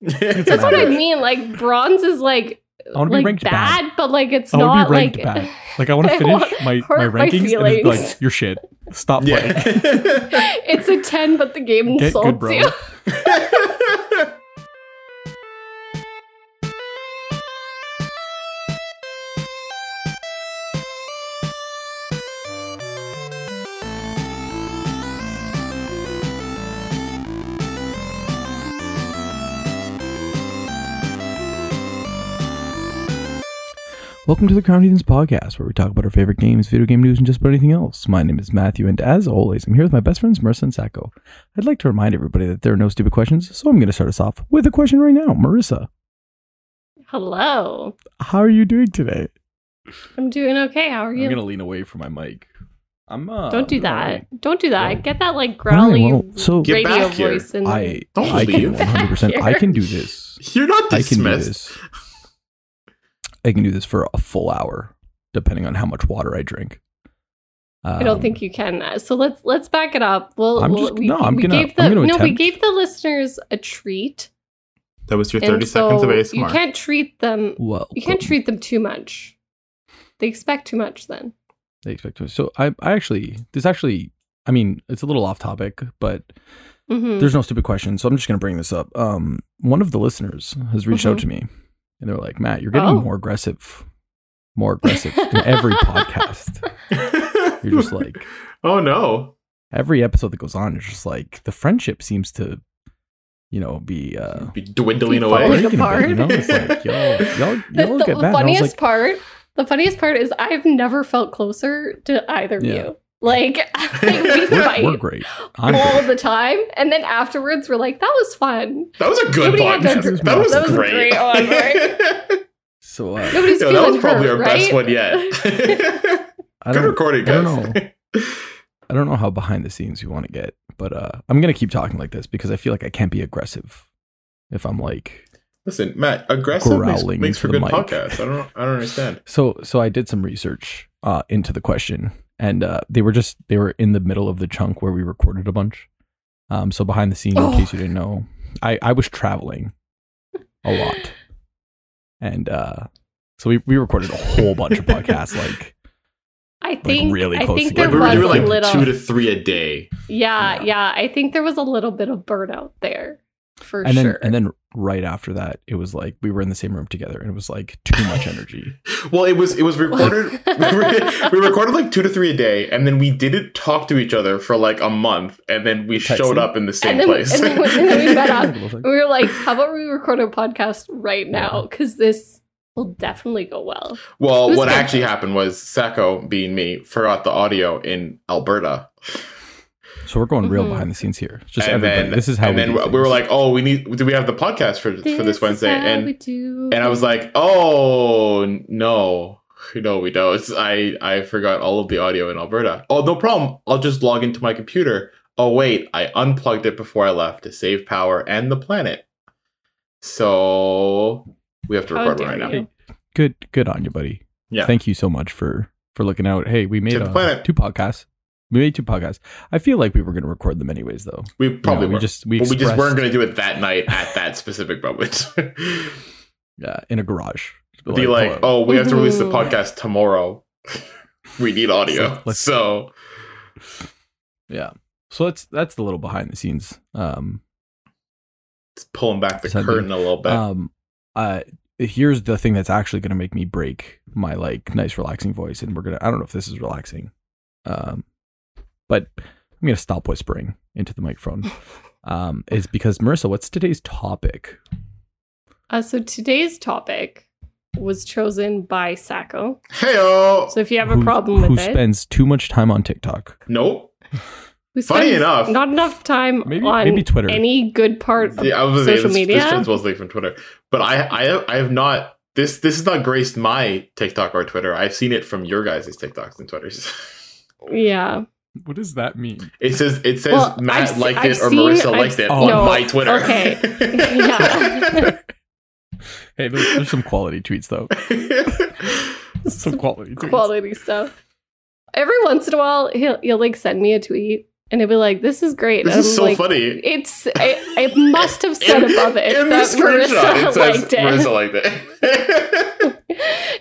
It's That's what I matter. mean. Like bronze is like I want to like be ranked bad, bad. but like it's I want to not be ranked like bad. Like I want I to finish want- my, my hurt my rankings and it's feelings. like you're shit. Stop playing. Yeah. it's a ten, but the game Get insults good, bro. you. Welcome to the Crown Heathens podcast, where we talk about our favorite games, video game news, and just about anything else. My name is Matthew, and as always, I'm here with my best friends, Marissa and Sacco. I'd like to remind everybody that there are no stupid questions, so I'm going to start us off with a question right now. Marissa, Hello, how are you doing today? I'm doing okay. How are you? gonna lean away from my mic. I'm. Uh, Don't do that. Don't do that. Don't. Get that like growly All right, well, so- Get radio back here. voice. And I, Don't I can leave. 100. percent I can do this. You're not I can do dismissed. this. I can do this for a full hour, depending on how much water I drink. Um, I don't think you can. So let's let's back it up. Well, I'm well, just- we, no, I'm we gonna- gave the I'm gonna no, we attempt. gave the listeners a treat. That was your and 30 seconds of ASMR. so You can't treat them. Well, You can't treat them too much. They expect too much. Then They expect to. So I, I actually, this actually, I mean, it's a little off topic, but Mhm. there's no stupid question. So I'm just going to bring this up. Um, one of the listeners has reached out Mhm. to me and they're like, Matt, you're getting Oh. more aggressive, more aggressive in every podcast. You're just like, oh no. every episode that goes on, you're just like, the friendship seems to, you know, be, uh, Be dwindling Be away. falling. breaking a bit, you know, apart. it's like, y'all, y'all, the, y'all the get mad. And I was funniest like, part. The funniest part is I've never felt closer to either of Yeah. you. Like, like we We're- fight we're great. I'm great. all the time, and then afterwards we're like, "That was fun." That was a good Nobody had podcast. that- That was, that was a great. great one, right? So uh, Nobody's Yo, feeling that was probably hurt, our right? best one yet. I good don't, recording, I guys. don't I don't know how behind the scenes you want to get, but uh, I'm gonna keep talking like this because I feel like I can't be aggressive if I'm like Listen, Matt, aggressive makes, Growling makes for into good the mic. podcasts. I don't I don't understand. so. So I did some research uh, into the question, and uh, they were just they were in the middle of the chunk where we recorded a bunch. Um, so behind the scenes, Oh. in case you didn't know, I I was traveling a lot, and uh, so we we recorded a whole bunch of podcasts. Like I think really I close think there Like together. we were was doing a like little. two to three a day. yeah, Yeah. yeah, I think there was a little bit of burnout there for and then sure. and then right after that, it was like we were in the same room together, and it was like too much energy. Well, it was it was recorded. we, re- we recorded like two to three a day, and then we didn't talk to each other for like a month, and then we Texting? showed up in the same then- place. and then- and then we met up. Like, we were like, "How about we record a podcast right now? Because this will definitely go well." It Well, was what good. actually happened was Sacco, being me, forgot the audio in Alberta. So we're going real Mhm. behind the scenes here. It's Just and everybody. then this is how and we then do we were things. like, "Oh, we need. Do we have the podcast for for this is Wednesday?" how And we do and I was it. like, "Oh no, no, we don't. I I forgot all of the audio in Alberta. Oh, no problem. I'll just log into my computer. Oh wait, I unplugged it before I left to save power and the planet. So we have to How record one dare right now. you. good, good on you, buddy. Yeah. Thank you so much for for looking out. Hey, we made the uh, planet. two podcasts. We made two podcasts. I feel like we were going to record them anyways, though. You We probably know, were, we just we, but we just expressed, weren't going to do it that night at that specific moment. uh, in a garage. Be Be like, "Hello." oh, we have to release the Mhm. podcast tomorrow. we need audio. So, let's- so yeah. So that's that's the little behind the scenes. Um, it's pulling back the Something. curtain a little bit. um, uh, here's the thing that's actually going to make me break my like nice relaxing voice, and we're gonna. I don't know if this is relaxing, um, but I'm gonna stop whispering into the microphone. Um, is because Marissa, what's today's topic? Uh, so today's topic was chosen by Sacco. Heyo. So if you have a Who's- problem who with it, spends too much time on TikTok? nope. who Funny spends enough- not enough time Maybe on maybe Twitter. any good part of yeah, I was gonna say, social this, media? This comes mostly from Twitter, but I, I, I have not. This, this has not graced my TikTok or Twitter. I've seen it from your guys' TikToks and Twitters. yeah. what does that mean? It says, it says Well, I've Matt se- liked I've it or seen- Marissa I've liked it s- on no, my Twitter. okay. Yeah. Hey, there's, there's some quality tweets though. Some quality tweets. quality stuff. Every once in a while, he'll, he'll like send me a tweet and it'd be like, "This is great." This And is I'm so like, funny. It's it, it must have said above it in the that screenshot, it Marissa says liked it. Marissa liked it.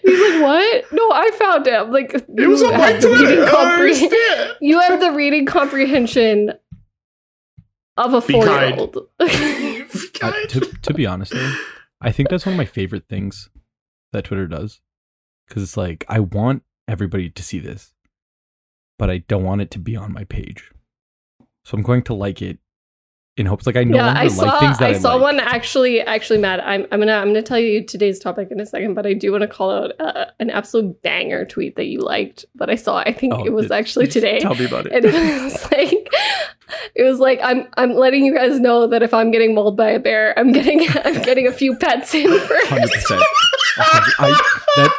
He's like, "What? No, I found it." I'm like, it was "You on my have the Twitter. Oh, reading I don't compre- understand. You have the reading comprehension of a Be four year kind. old. I- to, to be honest, though, I think that's one of my favorite things that Twitter does because it's like I want everybody to see this, but I don't want it to be on my page. So I'm going to like it in hopes like I no yeah, longer I saw like things that I I, saw like. one actually actually Matt. I'm I'm gonna I'm gonna tell you today's topic in a second, but I do want to call out uh, an absolute banger tweet that you liked that I saw. I think Oh, it was did- actually today. Tell me about it. and it was like it was like I'm I'm letting you guys know that if I'm getting mauled by a bear, I'm getting I'm getting a few pets in Hundred first. percent. I that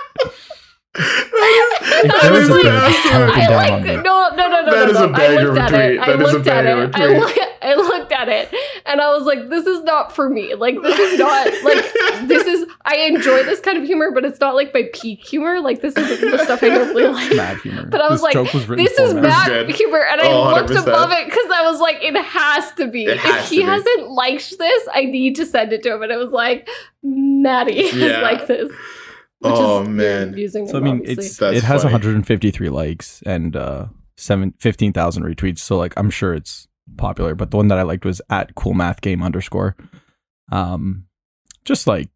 That If is- that there is was a an bad absolute- comment- I down on liked it. that. No, no, no, no. That no, is no. a banger I looked at tweet. it. I That is a looked at banger it. I, tweet. look, I looked at it, and I was like, "This is not for me. Like, this is not like this is. I enjoy this kind of humor, but it's not like my peak humor. Like, this is the stuff I normally like." mad humor. But I was this like, joke was written This is for Matt. Matt dead. Huber, and I Oh, looked 100%. above it because I was like, it has to be. It if has he to be. hasn't liked this, I need to send it to him. And it was like, Maddie has Yeah. liked this. Which Oh, is man. Using So I mean, it's obviously. That's it has funny. 153 likes and uh, seven fifteen thousand retweets. So like, I'm sure it's popular. But the one that I liked was at Cool Math Game underscore. Um, just like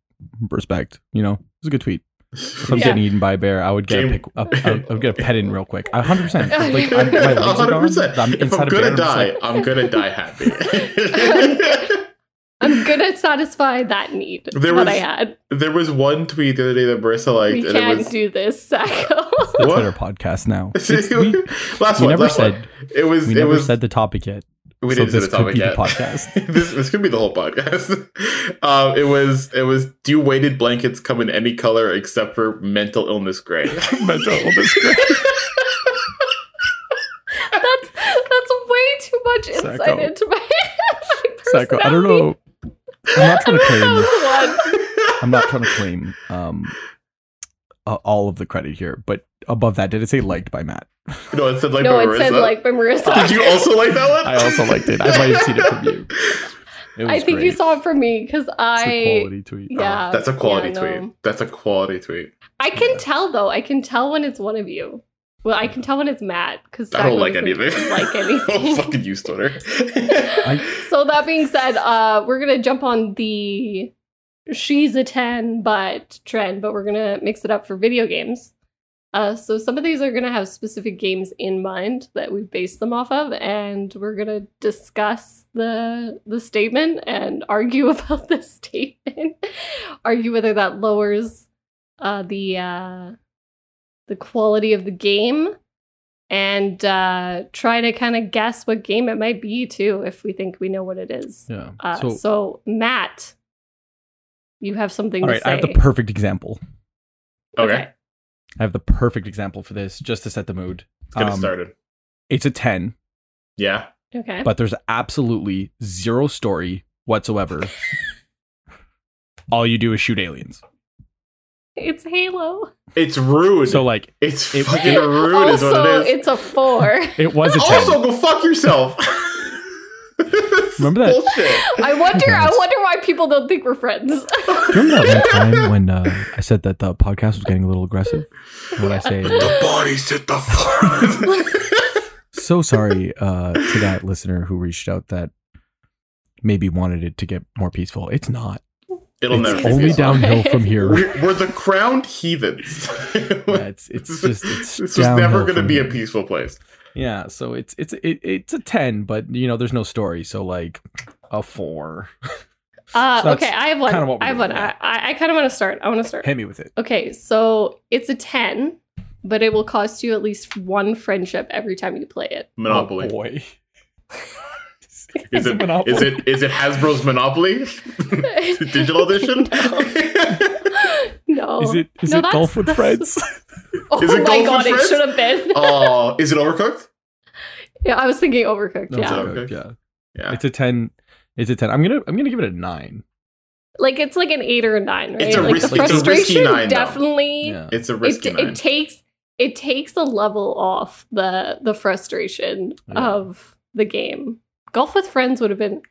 respect, you know, it was a good tweet. If I'm Yeah. getting eaten by a bear, I would get a Game- pick. I would I would get a pet in real quick. 100. percent Like I'm, my legs are gone. 100%. I'm If I'm inside a bear, gonna I'm just die, like, I'm gonna die happy. I'm gonna satisfy that need There that was- I had. there was one tweet the other day that Marissa liked, We and it can't was do this, Sacco. the What? Twitter podcast now. It's- we, last we one. never last one. said It was. we it never was. said the topic yet. we so didn't say this the could topic be the yet. podcast. this this could be the whole podcast. um, it was. It was. Do weighted blankets come in any color except for mental illness gray? Mental illness gray. that's that's way too much insight Sacco. into my, my Psycho. I don't personality. know. I'm not trying to That was claim. one. I'm not trying to claim um, uh, all of the credit here, but above that, did it say liked by Matt? no, it said like no, by it Marissa. said like by Marissa. Did you also like that one? I also liked it. I might have seen it from you. It was I think you great. saw it from me because It's a I quality tweet. Uh, yeah. Oh, That's a quality yeah, no. tweet. That's a quality tweet. I can tell though. I can tell when it's one of you. Well, I can tell when it's Matt because I don't like anything. Like I anything. fucking use Twitter. so that being said, uh, we're gonna jump on the she's a ten but trend, but we're gonna mix it up for video games. Uh, so some of these are gonna have specific games in mind that we've based them off of, and we're gonna discuss the the statement and argue about the statement, argue whether that lowers uh, the uh, the quality of the game and uh, try to kind of guess what game it might be too if we think we know what it is. Yeah. Uh, so, so, Matt, you have something all to right, say. I have the perfect example. okay, I have the perfect example for this, just to set the mood. let's get it Um, started. It's a ten, Yeah. Okay. but there's absolutely zero story whatsoever. All you do is shoot aliens. it's Halo. It's rude. So like, it's it- fucking it- rude is also, what it is. it's a four. it was a ten. also, go fuck yourself. Remember that- I wonder. I Nice. wonder why people don't think we're friends. Do you remember that one time when uh, I said that the podcast was getting a little aggressive? What I say? the bodies hit the floor. So sorry uh, to that listener who reached out that maybe wanted it to get more peaceful. It's not. It'll it's never be only peaceful. downhill from here. We're, we're the crowned heathens. Yeah, it's it's just it's this was never downhill going to from be a here. peaceful place. Yeah, so it's it's it, it's a ten, but you know there's no story, so like a four. Uh, So that's okay, I have one. kinda what we're I have doing, one. yeah. I, I- I kind of want to start. I want to start. Hit me with it. Okay, so it's a 10, but it will cost you at least one friendship every time you play it. Oh, Monopoly. boy. is it? Monopoly. Is it? Is it Hasbro's Monopoly? Digital edition? no. Is it is No, it that's- golf with that's- friends? Oh Is it Golf my with god, it Friends? should have been. Oh, is it overcooked? yeah, I was thinking overcooked. No, yeah. it's so- a good, Okay. yeah. Yeah. It's a ten. It's a ten. I'm gonna I'm gonna give it a nine. Like it's like an 8 or a 9, right? It's a like risky- the it's a frustration risky nine, though. definitely Yeah. It's a it, risky nine. it takes it takes a level off the the frustration Yeah. of the game. Golf with friends would have been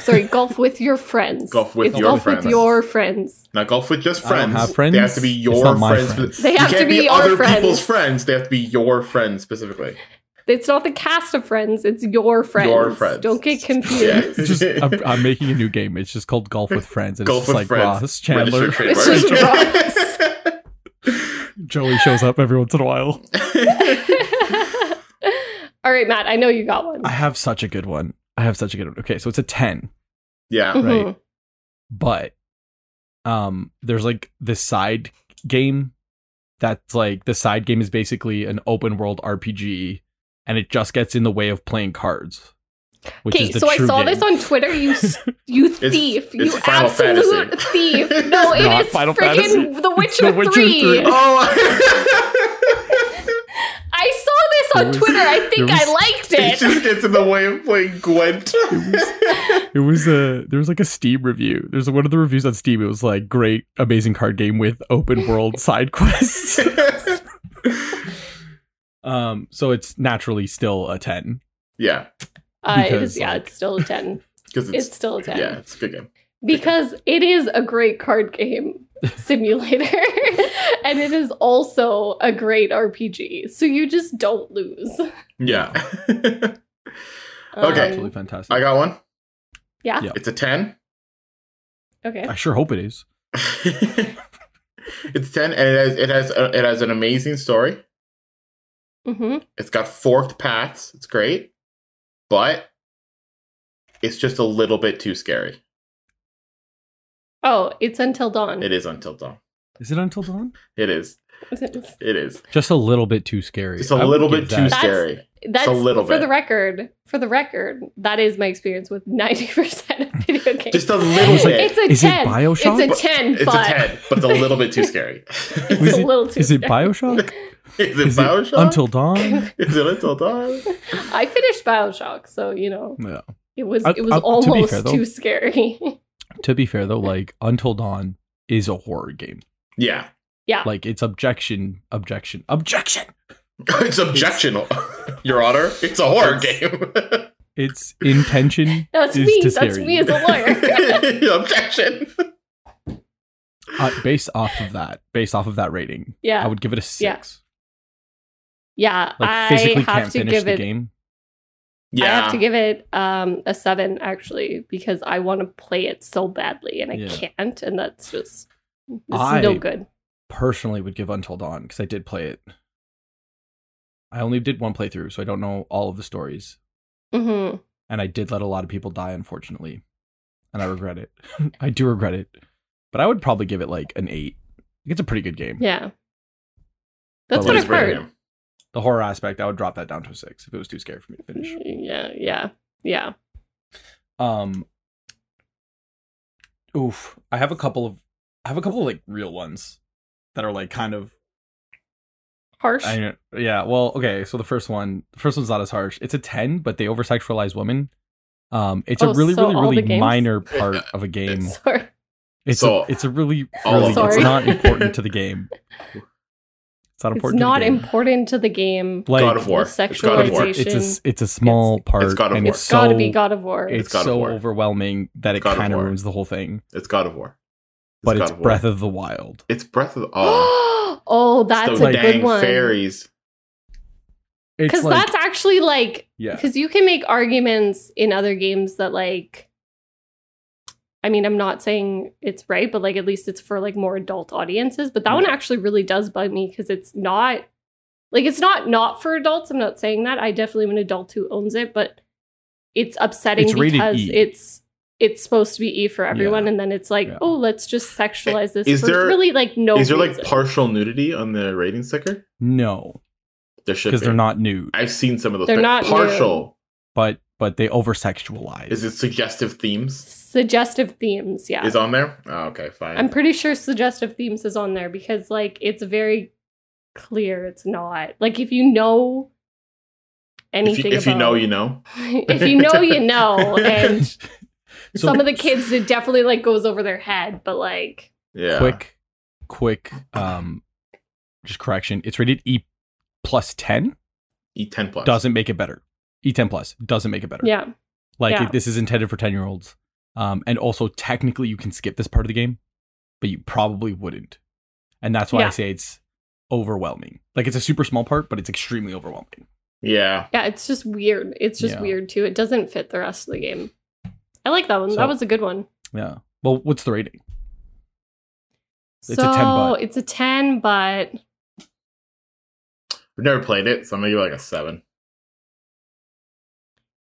sorry, golf with your friends. Golf with It's your golf friends. with your friends. Not golf with just I don't friends. have friends. They have to be It's your not my friends. friends. They You have to can't be your other friends. people's friends. They have to be your friends specifically. It's not the cast of friends, it's your friends. friends. Don't get confused. Yeah. It's just I'm, I'm making a new game. It's just called Golf with Friends. And Golf it's with just like Friends. Ross Chandler. Registered It's just trademark. Joey shows up every once in a while. All right, Matt, I know you got one. I have such a good one. I have such a good one. Okay, so it's a ten, yeah. Mhm. but um, there's like this side game that's like the side game is basically an open world RPG, and it just gets in the way of playing cards. Which Okay, is the so I true saw game. this on Twitter. You s- you It's- thief. it's you Final absolute Fantasy. thief. It's No, it not is Final freaking Fantasy. The It's Witcher, The Witcher 3. 3. Oh. I saw this on There was- Twitter. I think there was- I liked it it. just gets in the way of playing Gwent. It was a there was like a Steam review. There's one of the reviews on Steam. It was like great, amazing card game with open world side quests. Um, so it's naturally still a ten. yeah, Uh, it is, because, yeah, like- it's still a 10. because it's, It's still a 10. yeah, it's a good game. Because it is a great card game simulator. and it is also a great RPG. So you just don't lose. Yeah, Okay. Absolutely Um, fantastic. I got one. Yeah. Yeah. it's a ten. okay. I sure hope it is. it's ten, and it has it has a, it has an amazing story. hmm It's got forked paths. It's great, but it's just a little bit too scary. Oh, it's Until Dawn. It is until dawn. Is it until dawn? It is. That's, It is. Just a little bit too scary. It's a I would little give bit too that- scary. that's little for bit. the record. For the record, that is my experience with 90% of video games. Just a I little was like, bit. it's a is it 10. Bioshock? It's a 10, It's but a ten, but it's a little bit too scary. it's Was a it- little too Is it scary. Bioshock? Is it Is Bioshock? until dawn? Is it Until Dawn? I finished Bioshock, so, you know, No. it was Uh, it was uh, to be almost fair, though- too scary. To be fair though, like until dawn is a horror game. Yeah, Like it's objection, objection, objection. it's objectional, Your Honor. It's a horror game. Its intention That's is me. to That's scare you. me as a lawyer. Objection. uh, based off of that, based off of that rating, yeah. I would give it a six. yeah. Like I physically have can't to finish give the it game. Yeah, I have to give it um a 7 actually because I want to play it so badly and I Yeah. can't and that's just it's I- no good. Personally, would give Until Dawn because I did play it. I only did one playthrough, so I don't know all of the stories. Mhm. and I did let a lot of people die, unfortunately, and I regret it. I do regret it, but I would probably give it like an eight. It's a pretty good game. Yeah. That's But what like- I've heard. The horror aspect, I would drop that down to a six if it was too scary for me to finish. Yeah, yeah, yeah. Um, oof, I have a couple of, I have a couple of like real ones that are like kind of, Harsh. I know, yeah. Well, okay, so the first one, the first one's not as harsh. It's a ten, but they over sexualize women. Um, it's Oh, a really, so all really, the really games? minor part of a game. Sorry. It's So- a, it's a really, All really of them. it's Sorry. not important to the game. It's not It's important. not to the game. important to the game. Like, God of War. the It's God of War. sexualization. It's, it's a it's a small It's- part. It's God of and War. It's It's so, got to be God of War. It's, It's God of so War. overwhelming that it God of kind of War. ruins the whole thing. It's God of War. But God it's of War. Breath of the Wild. It's Breath of the. Oh, oh, it's that's the a dang good one. fairies. It's Because like that's actually like yeah, because you can make arguments in other games that like. I mean, I'm not saying it's right, but like at least it's for like more adult audiences. But that one actually really does bug me because it's not like it's not not for adults. I'm not saying that. I definitely am an adult who owns it, but it's upsetting It's rated because E. it's it's supposed to be E for everyone, and then it's like, Yeah. oh, let's just sexualize this. Is for there- really like no? Is there like reason. partial nudity on the rating sticker? no, There should be. because they're not nude, I've seen some of those. They're pic- not partial. but but they over sexualize. Is it suggestive themes? suggestive themes? Yeah, Is on there? Oh, okay, fine. I'm pretty sure suggestive themes is on there because like it's very clear it's not. Like if you know if anything you, if you know, about- you know. if you know you know and some of the kids it definitely like goes over their head but like Yeah. quick quick um just correction. It's rated E plus ten. E10 E plus. Doesn't make it better. E10 plus doesn't make it better. Yeah. Like Yeah. it- this is intended for 10 year olds. Um, and also technically you can skip this part of the game, but you probably wouldn't. And that's why Yeah. I say it's overwhelming. Like it's a super small part, but it's extremely overwhelming. Yeah. Yeah, it's just weird. It's just Yeah. weird too. It doesn't fit the rest of the game. I like that one. So- that was a good one. Yeah. Well, what's the rating? It's a so 10 but. it's a ten, but I've never played it, so I'm gonna give it like a seven.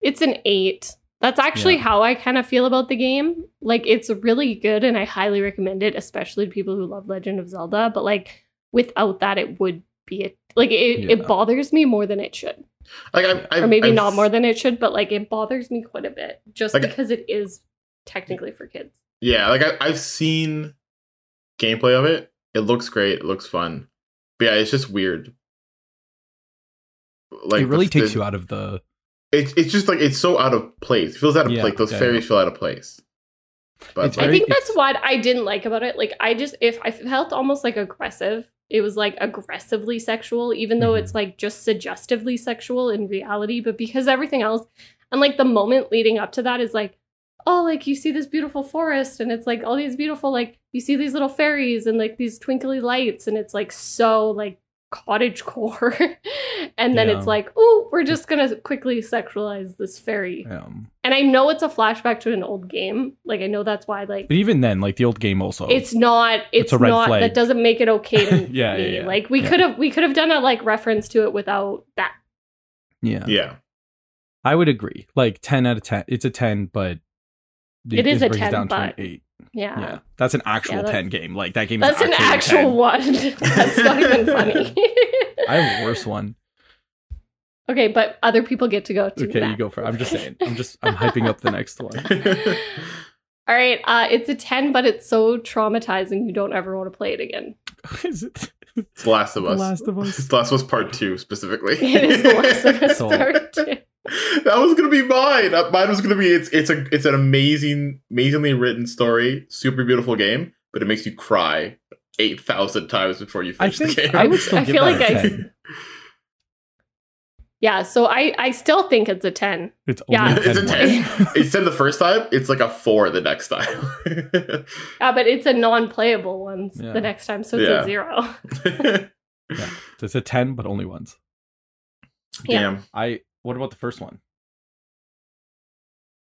it's an eight. That's actually Yeah. how I kind of feel about the game. Like it's really good and I highly recommend it, especially to people who love Legend of Zelda. But like without that, it would be a like it, Yeah. it bothers me more than it should. Like I've, I've Or maybe I've- not more than it should, but like it bothers me quite a bit just Like- because it is technically for kids. Yeah, like I, I've seen gameplay of it. It looks great. It looks fun. But yeah, it's just weird. Like it really the- takes the- you out of the. It's it's just like it's so out of place. It feels out of Yeah, place. Those yeah, fairies feel out of place. But It's like, I very- think that's it's- what I didn't like about it. Like I just if I felt almost like aggressive. It was like aggressively sexual, even though Mhm. it's like just suggestively sexual in reality. But because everything else and like the moment leading up to that is like, oh, like you see this beautiful forest, and it's like all these beautiful, like you see these little fairies and like these twinkly lights, and it's like so like cottage core. and then Yeah. it's like, oh, we're just gonna quickly sexualize this fairy. Um, And I know it's a flashback to an old game. Like I know that's why like but even then, like the old game also. it's not it's, It's a red not flag. that doesn't make it okay to Yeah, me. yeah, yeah. like we Yeah. could have we could have done a like reference to it without that yeah. yeah, I would agree. Like 10 out of 10. It's a 10, but. the- It is this a brings 10, down to an but- 8. yeah, Yeah. That's an actual that's- 10 game. Like that game that's is an actually a actual 10. one that's not even funny I have a worse one. okay but other people get to go to Okay, you that. go for it. I'm just saying. I'm just I'm hyping up the next one. all right uh it's a 10 but it's so traumatizing you don't ever want to play it again Is it it's The Last of The Us. Last of It's Us? The Last of Us Part Two specifically. it is the last of us So- part two. that was gonna be mine. Uh, Mine was gonna be it's it's a it's an amazing, amazingly written story, super beautiful game, but it makes you cry eight thousand times before you I finish the think game. I would still I give feel that like a I- 10. yeah so i i still think it's a 10 It's Yeah. only It's a 10. it's ten the first time, it's like a four the next time. uh, but it's a non-playable one Yeah. the next time so it's Yeah. a zero it's a 10 but only once. Yeah. Damn. I what about the first one?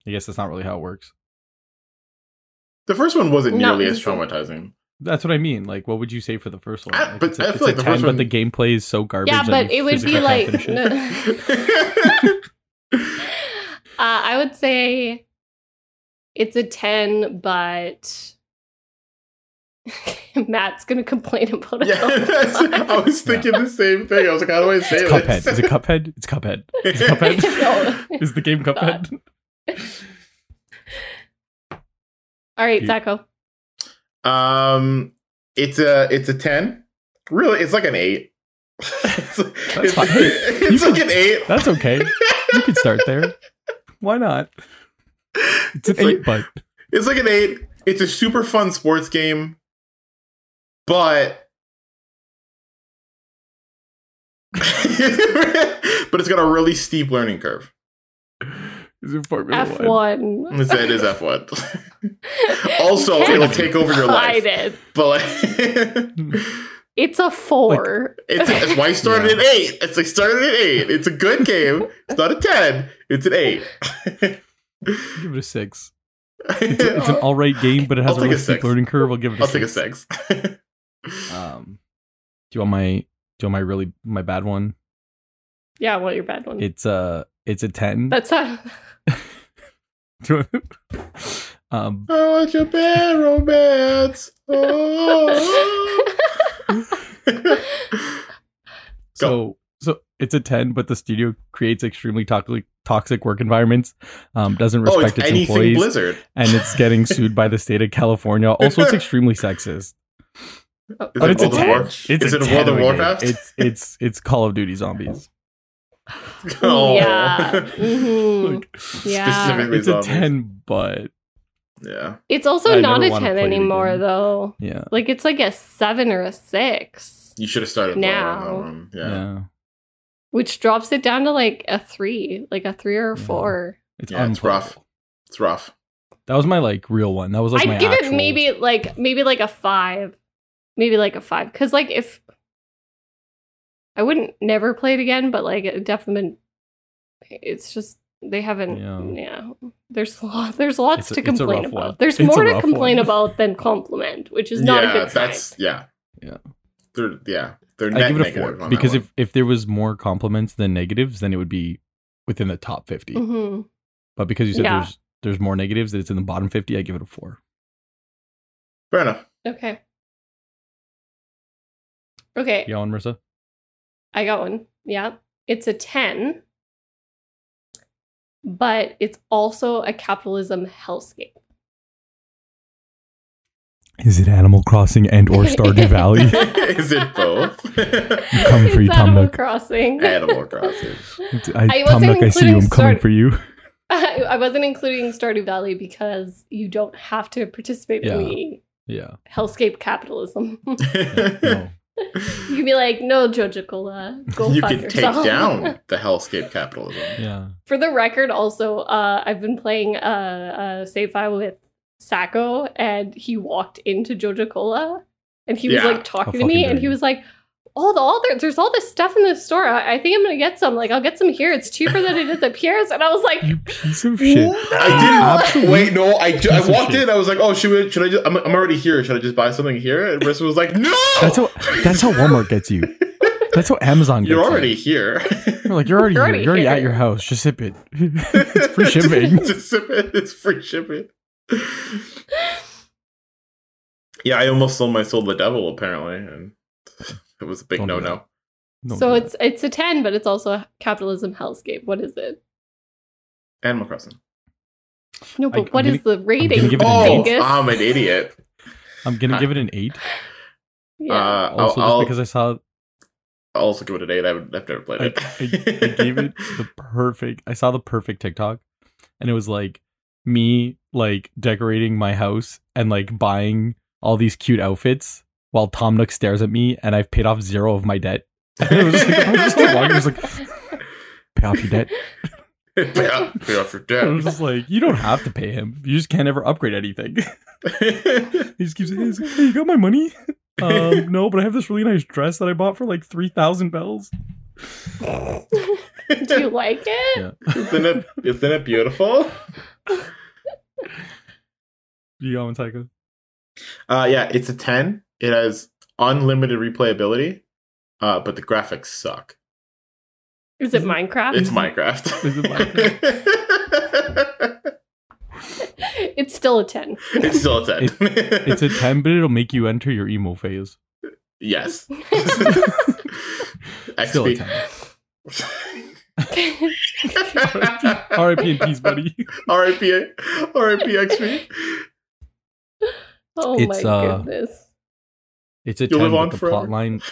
I guess that's not really how it works. The first one wasn't No, nearly it as wasn't. traumatizing. That's what I mean. Like, what would you say for the first one? I- but it's I feel a, it's a like the 10, first but the one- gameplay is so garbage. yeah that but you it would physically be can't like finish it. Uh, I would say it's a 10, but Matt's going to complain about it. yeah, all the that's- time. I was thinking the same thing. I was like, how do I say It's Cuphead. Is this? it Cuphead? It's Cuphead. Is it No. Cuphead? is the game Cuphead? all right, You- Zacho. Um, it's a it's a ten. Really, it's like an eight. it's it's, fine. it's You like can- an eight. That's okay. You could start there. Why not? It's an It's like- eight, but It's like an eight. It's a super fun sports game, but but it's got a really steep learning curve. is it Formula One? F1. It's- It is F one. Also, You can't it'll take over your life. hide It. But like, It's a four. It's that's why I started at eight. It's like started at eight. It's a good game. It's not a ten. It's an eight. Give it a six. It's an all right game, but it has I'll a take really a steep six. learning curve. I'll give it. A I'll take a six. six. Um, do you want my? Do you want my really my bad one? yeah, well, your bad one. It's a it's a ten. That's not. Do you want- um, I want your bad romance. Oh. so so it's a ten, but the studio creates extremely toxic toxic work environments. Um, doesn't oh, it's respect its anything employees, Blizzard. and it's getting sued by the state of California. Also, it's extremely sexist. oh. Is But it it's a World of 10. War- It's Is a it a 10 World of we did. Warcraft? It's it's it's Call of Duty Zombies. Oh. Yeah. Mhm. Like, Yeah. Specifically it's a zombies. ten, but Yeah. It's also I not never a wanna 10 play it anymore, again. though. yeah, Like, it's like a seven or a six. You should have started lower on Now. that one. yeah. Yeah. which drops it down to like a three, like a three or a Yeah. four. It's Yeah, it's rough. unplayable. It's rough. That was my like real one. That was like my I'd give it actual- maybe like maybe like a five, maybe like a five. Because like if I wouldn't never play it again, but like it definitely, it's just they haven't. Yeah. Yeah, there's a lot. There's lots It's a- to it's a complain rough about. one. There's It's a more to rough complain one. about than compliment, which is not a good sign. that's yeah. Yeah. They're yeah. They're I net give it a negative four on because that if if there was more compliments than negatives, then it would be within the top 50 hmm But because you said Yeah. there's there's more negatives that it's in the bottom fifty, I give it a four. one. fair enough. Okay. Okay, Yeah, on Marissa. I got one. Yeah. It's a 10, but it's also a capitalism hellscape. Is it Animal Crossing and or Stardew Valley? Is it both? come for you, It's Tom Animal Nook. Crossing. Animal Crossing. I Tom wasn't Nook, I see you. including I'm coming Stardew. for you. I I wasn't including Stardew Valley because you don't have to participate in Yeah. the Yeah. hellscape capitalism. you No. can be like, no, Jojo Cola, go you fuck can yourself. take down the hellscape capitalism. Yeah. For the record, also, uh, I've been playing uh, uh, Save File with Sacco, and he walked into Jojo Cola, and he was Yeah. like talking to How me, fucking and he dare you. was like, "All the all there, there's all this stuff in the store. I, I think I'm gonna get some. Like, I'll get some here. It's cheaper than it is at Pierre's." And I was like, You piece of shit. I didn't Absolute wait. No, I, ju- I piece of walked shit. in. I was like, "Oh, should, we, should I? Just, I'm, I'm already here. Should I just buy something here?" And Marissa was like, "No, That's how that's how Walmart gets you. That's how Amazon gets you're you. already here. You're like you're already You're here. already You're already here. at your house. Just sip it. it's free shipping. Just sip it. It's free shipping." yeah, I almost sold my soul to the devil apparently, and it was a big Don't do no that. no. Don't "So do it's it's a ten, but it's also a capitalism hellscape. What is it? Animal Crossing. No, I- but I'm what is the rating? gonna give it an Oh, dingus? I'm an idiot. that. I'm gonna give it an eight. Yeah. Uh, I'll- Also, I'll- just because I saw I'll also give it an eight. I've, I've never played I, it. I, I gave it the perfect. I saw the perfect TikTok, and it was like me like decorating my house and like buying all these cute outfits while Tom Nook stares at me, and I've paid off zero of my debt. it was just like, I just kept walking, it was like pay off your debt. yeah, pay off your I was debt. just like, you don't have to pay him. You just can't ever upgrade anything. he just keeps saying, he's like, hey, you got my money? Um, no, but I have this really nice dress that I bought for like three thousand bells. Do you like it? Yeah. isn't it? Isn't it beautiful? You got one, Tycho. Uh, yeah, it's a ten. It has unlimited replayability, uh, but the graphics suck. Is it Minecraft? It's Minecraft. Is it it's still a ten. it's still a ten. It- It's a ten, but it'll make you enter your emo phase. Yes. Still a XP. ten. R.I.P. in peace, buddy. R.I.P. R.I.P. XP. Oh It's, my uh, goodness. It's a You'll live ten. but on the forever. plot line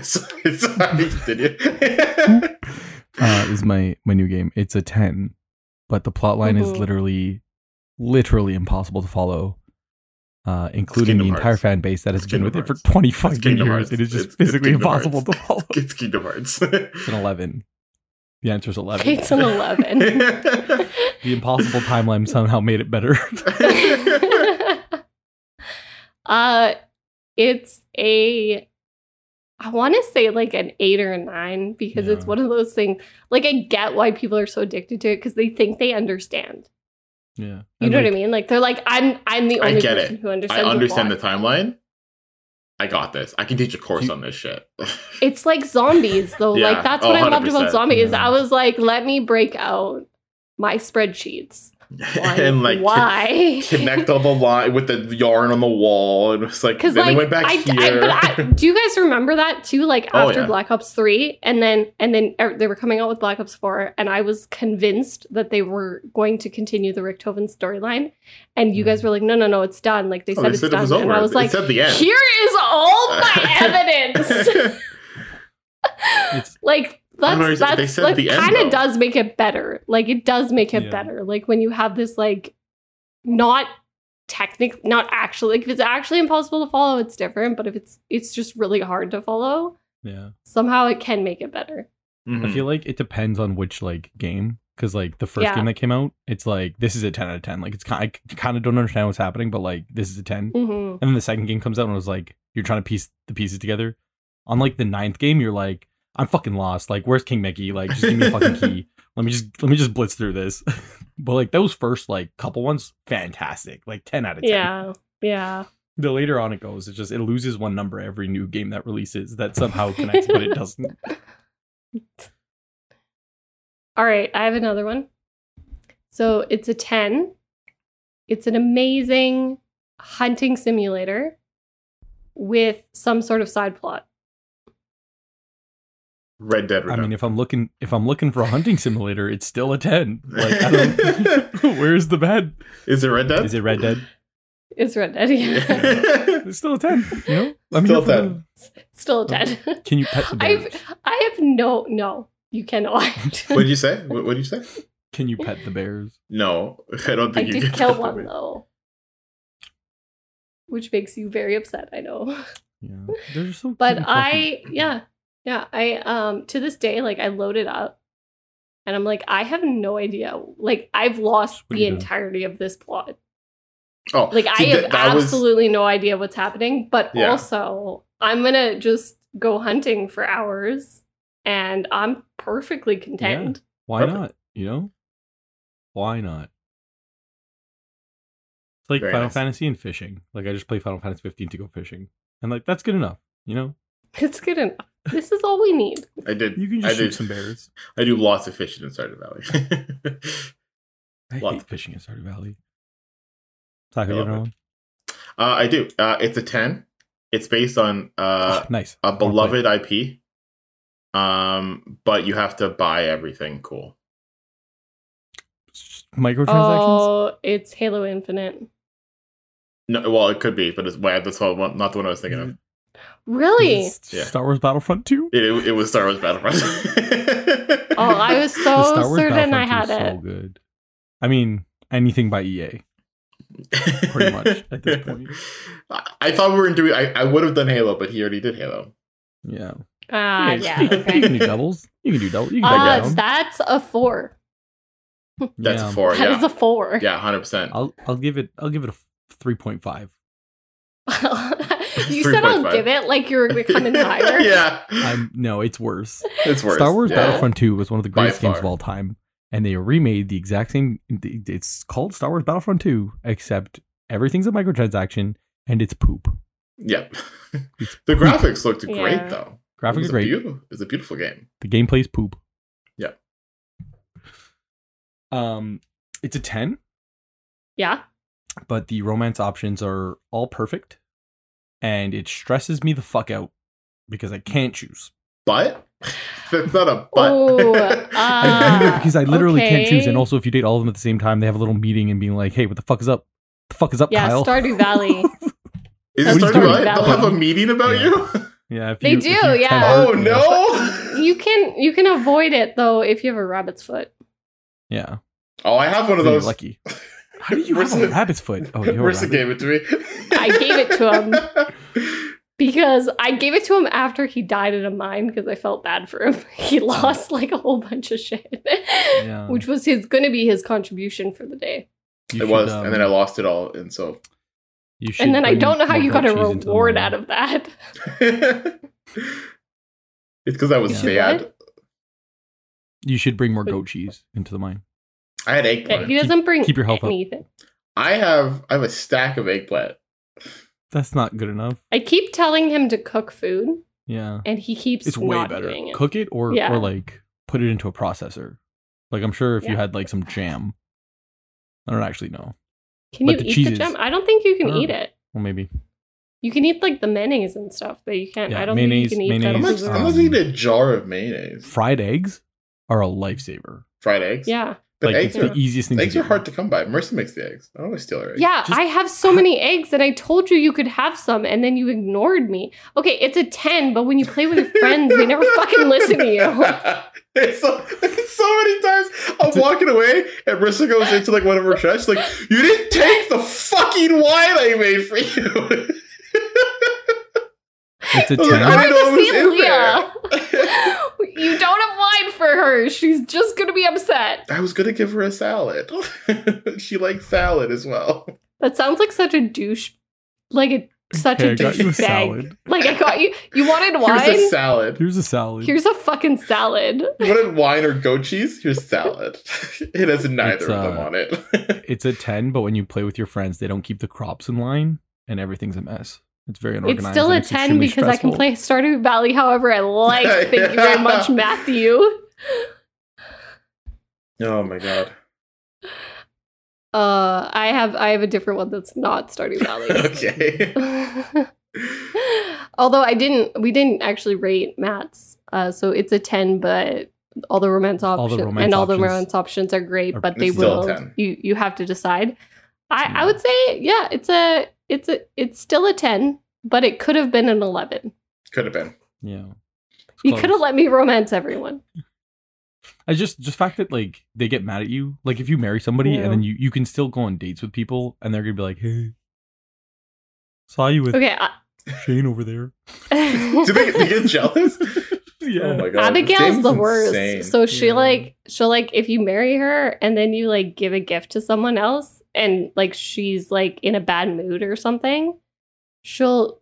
Sorry, sorry, did you? uh, is my my new game. It's a ten, but the plot line is Mhm. literally, literally impossible to follow. Uh, including the Kingdom entire Hearts. fan base that has It's been with Kingdom it for Hearts. 25 It's Kingdom years. Hearts. It is just It's- it's physically Kingdom impossible to follow. it's Kingdom Hearts. It's an 11. The answer is 11. It's an eleven. the impossible timeline somehow made it better. uh it's a I want to say like an eight or a nine because it's Yeah. one of those things. Like I get why people are so addicted to it because they think they understand. yeah. You know what I mean? Like they're like, I'm I'm the I only get person it. who I understands. understand the the timeline. I got this. I can teach a course You- on this shit. It's like zombies, though. Yeah. Like that's Oh, what I loved about 100%. zombies. Yeah. I was like, let me break out my spreadsheets. Why- and like why? connect all the line with the yarn on the wall, and it's like Because then like they went back I, I, here. but I, do you guys remember that too? Like Oh, after yeah. Black Ops Three, and then and then er, they were coming out with Black Ops Four, and I was convinced that they were going to continue the Richtofen storyline, and you guys were like, no, no, no, it's done. Like they Hmm. Oh, said it's done, and I was like, it's at the end. here is all my evidence. It's- like I don't know, that's they that's said like, the end, kind though. of does make it better. Like it does make it Yeah. better. Like when you have this like not technic not actually like if it's actually impossible to follow it's different but if it's it's just really hard to follow Yeah. somehow it can make it better I feel like it depends on which like game. Because like the first Yeah. game that came out, it's like this is a ten out of ten. Like it's kind, I kind of don't understand what's happening, but like this is a ten. hmm And then the second game comes out and it was like, you're trying to piece the pieces together. On like the ninth game, you're like, I'm fucking lost. Like, where's King Mickey? Like, just give me a fucking key. Let me just let me just blitz through this. but like those first like couple ones, fantastic. Like ten out of ten. Yeah. Yeah. The later on it goes, it just it loses one number every new game that releases that somehow connects, but it doesn't. All right, I have another one. So it's a 10. It's an amazing hunting simulator with some sort of side plot. Red Dead I Redemption. mean, if I'm looking if I'm looking for a hunting simulator, it's still a ten. Like, I don't. where's the bad? is it Red Dead? Is it Red Dead? It's Red Dead. Yeah. Dead? It's still a ten. You know. Still you're from 10. Still a 10. the- Can you pet the I've- bears? I have no, no, you cannot. what did you say? What did you say? Can you pet the bears? No, I don't I think you did can kill put one them in. though, which makes you very upset. I know, Yeah, they're so. but cute and fluffy. I yeah yeah I um to this day like I load it up, and I'm like I have no idea. Like I've lost What are the you doing? entirety of this plot. Oh, Like I see, have th- that was- absolutely no idea what's happening. But Yeah. also I'm gonna just go hunting for hours, and I'm perfectly content. Why Perfect. not? You know. Why not? It's like Very Final nice. Fantasy and fishing. Like I just play Final Fantasy 15 to go fishing, and like that's good enough. You know, It's good enough. This is all we need. I did. you can I just shoot did some bears. I do lots of fishing in Stardew Valley. I Lots hate of- fishing in Stardew Valley. Taco, I you love know it. one? uh, I do. Uh, it's a ten. It's based on uh, Ah, nice. a Well played. beloved IP. Um, but you have to buy everything. Cool. microtransactions. Oh, it's Halo Infinite. No, well, it could be, but it's well, that's what, one- not the one I was thinking Mm-hmm. of. Really? Is this Yeah. Star Wars Battlefront 2? It, it, was Star Wars Battlefront. Oh, I was The so Star Wars certain I had Battlefront 2 is So it. good. I mean, anything by E EA. pretty much at this point. I, I thought we were doing. I, I would have done Halo, but he already did Halo. Yeah. Ah, yeah. Yeah, you, okay. you can do doubles. You can do doubles. You can Ah, go down. that's a four. That's yeah. a four. That is yeah, a four. yeah, hundred percent. I'll I'll give it I'll give it a three point five. you said I'll 3.5. give it like you were going to come in higher. yeah, I'm no, it's worse. it's worse. Star Wars yeah. Battlefront Two was one of the By greatest games of far. all time, and they remade the exact same. It's called Star Wars Battlefront Two, except everything's a microtransaction and it's poop. Yep. the graphics looked great Yeah. though. It Graphics was are a great. beautiful- It's a beautiful game. The gameplay's poop. Yeah. Um, it's a ten, Yeah. but the romance options are all perfect, and it stresses me the fuck out because I can't choose. But that's not a but. Ooh, I ah. can't- because I literally can't choose. okay. And also, if you date all of them at the same time, they have a little meeting and being like, "Hey, what the fuck is up? the fuck is up, Yeah, Kyle?" Stardew Valley. Is it What are you Stardew talking Valley? about? They'll have a meeting about Yeah. you. yeah, if They you, if do, you tend yeah. hard, oh you know. no! you can you can avoid it though if you have a rabbit's foot. Yeah, Oh, I have one of You're those. lucky. How did you have a Rissa- rabbit's foot? Oh, you're a Rissa rabbit. gave it to me. I gave it to Because I gave it to him after he died in a mine because I felt bad for him. He lost like a whole bunch of shit, Yeah. which was his going to be his contribution for the day. it You should, was, um, and then I lost it all, and so. you should And then I bring don't know how more you got goat a cheese into the reward morning. out of that. it's because I was Yeah. sad. You should bring more goat cheese into the mine. I had Okay, eggplant. he doesn't bring keep your health up. anything. I have I have a stack of eggplant. That's not good enough. I keep telling him to cook food, Yeah, and he keeps it's way not better. doing it. Cook it or Yeah. or like put it into a processor. Like I'm sure if you Yeah. had like some jam, I don't actually know. can but you the eat the cheeses- gem? I don't think you can Oh. eat it. Well, maybe You can eat like the mayonnaise and stuff, but you can't. Yeah, I don't mayonnaise- think you can eat I'm mayonnaise, that. not, as a um, I'm not eating a jar of mayonnaise. fried eggs are a lifesaver. Fried eggs. yeah, but like eggs it's are the easiest thing. eggs to are do. hard to come by. Marissa makes the eggs. I don't always steal her eggs. yeah. Just- I have so many eggs, and I told you you could have some, and then you ignored me. Okay, it's a ten, but when you play with your friends, they never fucking listen to you. It's so, it's so many times I'm It's a- walking away and Marissa goes into like one of her trash, like, you didn't take the fucking wine I made for you. It's a I was like, ten. I Hard didn't know to it was see in Leah. you don't have her. She's just gonna be upset. I was gonna give her a salad. she likes salad as well. That sounds like such a douche, like a such Hey, a I got you a douche bag. salad. Like I got you. You wanted wine. Here's a salad. Here's a salad. Here's a fucking salad. You wanted wine or goat cheese? Here's salad. it has neither It's, of them uh, on it. it's a 10, but when you play with your friends, they don't keep the crops in line and everything's a mess. It's very It's unorganized. still and a it's ten extremely because I can stressful. play Stardew Valley however I like. Thank you very much, Matthew. oh my god. Uh, I have I have a different one that's not Stardew Valley. Okay. Although I didn't, we didn't actually rate Matt's. Uh, so it's a ten, but all the romance All options the and romance all the options romance options are great, are- but they It's still a will 10. you you have to decide. I I Yeah. would say yeah, it's a it's a it's still a ten, but it could have been an eleven. Could have been. Yeah. It's You close. could have let me romance everyone. I just just fact that like they get mad at you. Like if you marry somebody Yeah. and then you you can still go on dates with people and they're gonna be like, hey, saw you with Okay. Shane over there. I- Do they, they get jealous? yeah. Oh my god. Abigail's James the is worst. insane. So she Yeah. like she'll like if you marry her and then you like give a gift to someone else and like she's like in a bad mood or something, she'll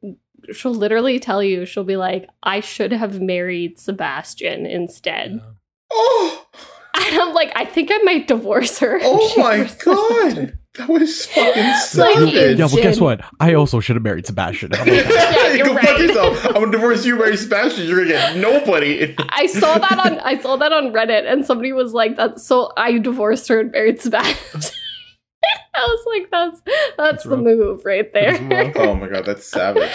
she'll literally tell you she'll be like I should have married Sebastian instead. Yeah. Oh, And I'm like I think I might divorce her. if oh she my divorces me." god. That was fucking Like, savage. Yeah, but guess Jin. what? I also should have married Sebastian. Yeah, you're Go fuck right. yourself. I'm gonna divorce you, Mary Sebastian. You're gonna get nobody. I saw that on I saw that on Reddit and somebody was like that so I divorced her and married Sebastian. I was like that's that's, the rough. move right there. oh my god, that's savage.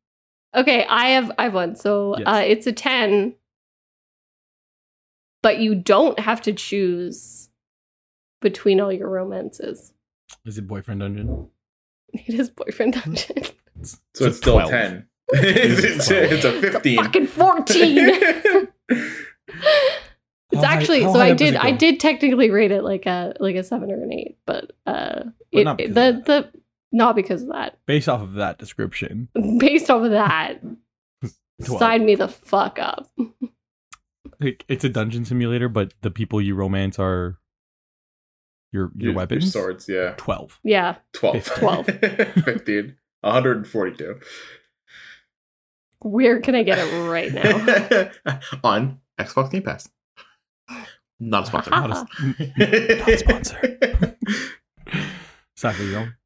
okay, I have I have one. So Yes. uh, it's a ten, but you don't have to choose between all your romances. Is it boyfriend dungeon? It is boyfriend dungeon. So it's, a still 12. ten. it's, It's a it's a fifteen. Fucking fourteen. It's How high- actually how so high I up does did it I go? did technically rate it like a like a seven or an eight, but uh it, not it- because the of the not because of that. Based off of that description, Based off of that, 12. sign me the fuck up. like, it's a dungeon simulator, but the people you romance are your your, weapons. swords. Yeah, Twelve. Yeah. twelve. 12. 15. 142. Where can I get it right now? On Xbox Game Pass. Not a sponsor. Not a, a sponsor. exactly. You know?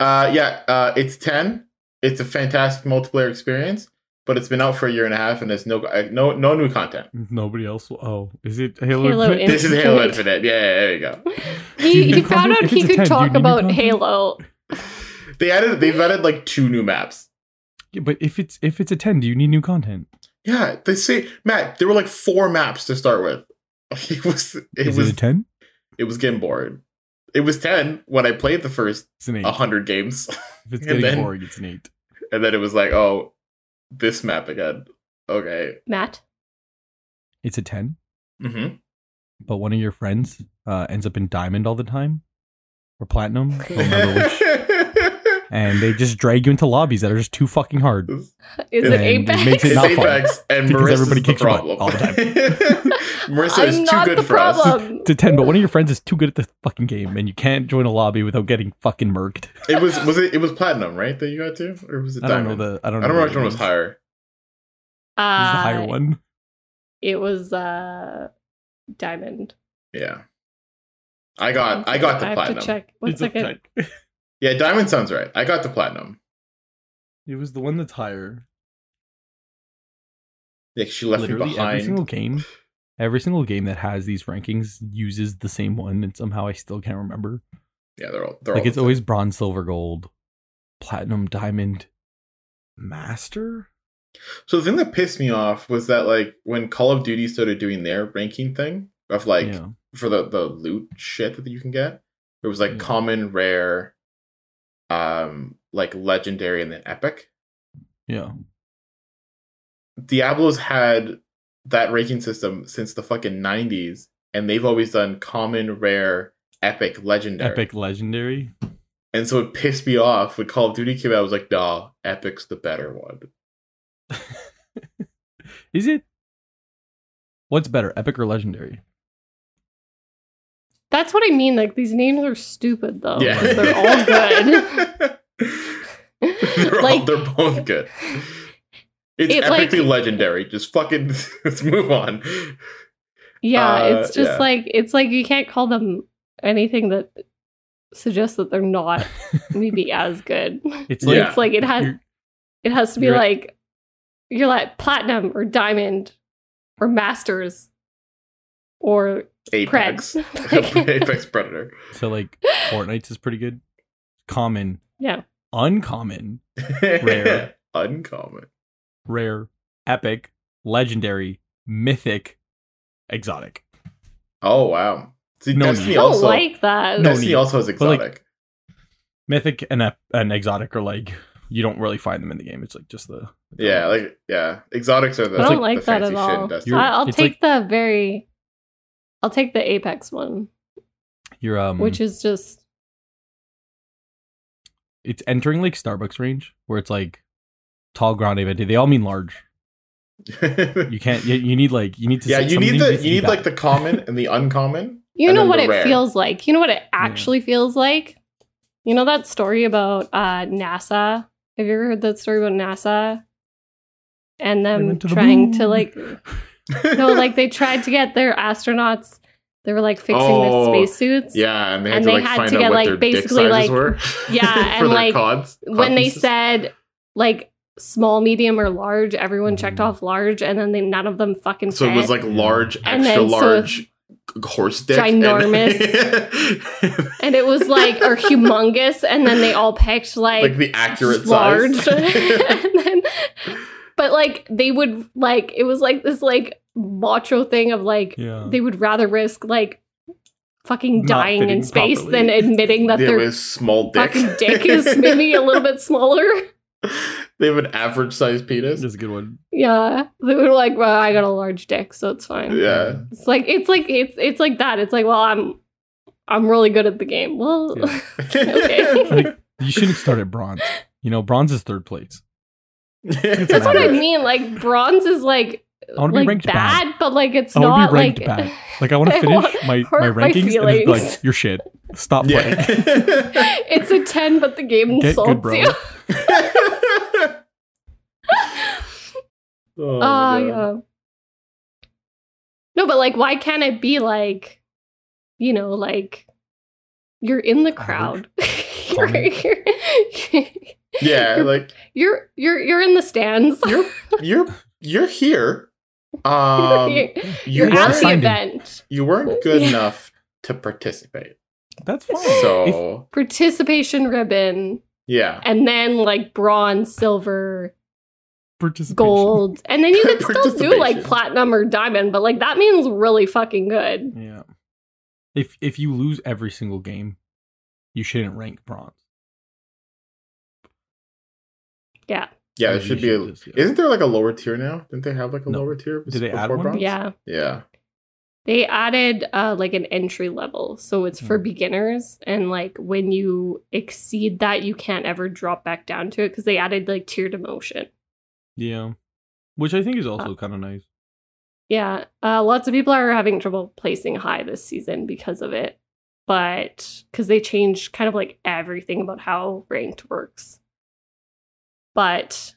Uh, yeah, uh, it's 10. It's a fantastic multiplayer experience, but it's been out for a year and a half and there's no uh, no no new content. Nobody else. Will, oh, is it Halo? Halo Infinite? Infinite. This is Halo Infinite. Yeah, yeah, there you go. Do He, you he need found content? out If he it's could a 10, do you talk need about content? Halo. They added they've added like two new maps. Yeah, but if it's if it's a ten, do you need new content? Yeah, they say Matt, there were like four maps to start with. It was it Is was it a ten? it was getting bored. It was 10 when I played the first It's an eight. 100 games. if it's and getting then- boring, it's an eight. And then it was like, oh, this map again. Okay. Matt, It's a ten. Mm-hmm. But one of your friends uh, ends up in diamond all the time, or platinum. I don't remember which. And they just drag you into lobbies that are just too fucking hard. is And it it Apex? makes it it's not fun. Apex, and Because Marissa everybody is the kicks your butt problem. all the time. Marissa I'm is too not good the for us. problem. It's a ten, but one of your friends is too good at the fucking game, and you can't join a lobby without getting fucking murked. It was was it it was platinum, right? That you got to, or was it I don't diamond? know the. I don't. I don't remember know the which one was names. higher. It was the Uh, higher one. It was uh, Diamond. Yeah. I got I got the I have to platinum. check. One It's a second. ten. Yeah, diamond sounds right. I got the platinum. It was the one that's higher. Yeah, she left me Literally every single behind. game, every single game that has these rankings uses the same one, and somehow I still can't remember. Yeah, they're all they're like all it's always bronze, silver, gold, platinum, diamond, master. So the thing that pissed me off was that like when Call of Duty started doing their ranking thing of like yeah, for the the loot shit that you can get, it was like Yeah. common, rare, um, like legendary, and then epic. yeah. Diablo's had that ranking system since the fucking nineties, and they've always done common, rare, epic, legendary. epic, legendary. And so it pissed me off when Call of Duty came out. I was like, nah, epic's the better one. Is it? What's better, epic or legendary? That's what I mean. Like these names are stupid Oh though. yeah, 'cause They're all good. they're, all, Like- they're both good. It's It, epically like- legendary. Just fucking let's move on. Yeah, Uh, it's just yeah. like it's like you can't call them anything that suggests that they're not maybe as good. It's like Yeah. It's like it has You're- it has to be you're at- like you're like platinum or diamond or masters or Apex, Preds. Apex Predator. so like Fortnite's is pretty good. Common. Yeah. Uncommon. Rare. Uncommon. Rare. Epic. Legendary. Mythic. Exotic. Oh wow. See, I No Destiny need. don't also like that. No Destiny need. also is But, like, exotic. Mythic and ep- and exotic are like you don't really find them in the game. It's like just the yeah, like yeah, exotics are the. I don't the like that fancy at shit in all. Destiny. You're- I, I'll it's take the very I'll take the apex one, you're um which is just it's entering like Starbucks range where it's like tall, grande, venti. They all mean large. You can't. You, you need like you need to. yeah, sit- you somebody need the needs to you be need back. like the common and the uncommon. you And know then what the it rare. feels like. You know what it actually feels like. You know that story about uh, NASA. Have you ever heard that story about NASA? And them went to the trying to moon. like no, like they tried to get their astronauts. They were like fixing Oh, their spacesuits. yeah, and they had and to they like had find to out get, what like, their dick basically, sizes like- were. yeah, for and, their like, cods, cod when they pieces. said like small, medium, or large, everyone checked Mhm. off large, and then they none of them fucking. Mm. so it was like fit. large, And extra then, so- large g- horse dick, and- Ginormous. and it was like or humongous, and then they all picked like, like the accurate large. size. and then, but like they would like it was like this like macho thing of like yeah. they would rather risk like fucking Not dying fitting in space properly. than admitting that they have their a small dick. fucking dick is maybe a little bit smaller. they have an average size penis. That's a good one. Yeah, they were like, well, I got a large dick, so it's fine. Yeah. It's like it's like it's it's like that. It's like, well, I'm I'm really good at the game. Well, Yeah. Okay. You shouldn't start at bronze. You know, bronze is third place. that's what I average. mean. Like bronze is like I want to like be ranked bad, but like it's I wanna not be ranked like bad. Like I want I to finish wanna my my hurt my rankings and it's feelings. like you're shit. Stop playing. Yeah. it's a ten, but the game Get insults good, bro. you. oh, my Oh, God. yeah. No, but like, why can't it be like, you know, like you're in the crowd, you're, Common. you're, yeah. You're- like you're you're you're in the stands. you're you're you're here. Um, you're you you're were at weren't the signed in. event. you weren't good Yeah. enough to participate. That's fine. If- So Participation ribbon, yeah, and then like bronze, silver, participation. gold, and then you could still do like Participation. platinum or diamond. But like that means really fucking good. Yeah. If if you lose every single game, you shouldn't rank bronze. yeah. Or There you should be. A, just- yeah. isn't there like a lower tier now? Didn't they have like a No. lower tier? Did they add before one? bronze? Yeah. Yeah. They added uh, like an entry level, so it's for Mm. beginners. And like when you exceed that, you can't ever drop back down to it because they added like tiered emotion. Yeah. Which I think is also kind of nice. Yeah, uh, lots of people are having trouble placing high this season because of it, but because they changed kind of like everything about how ranked works. But,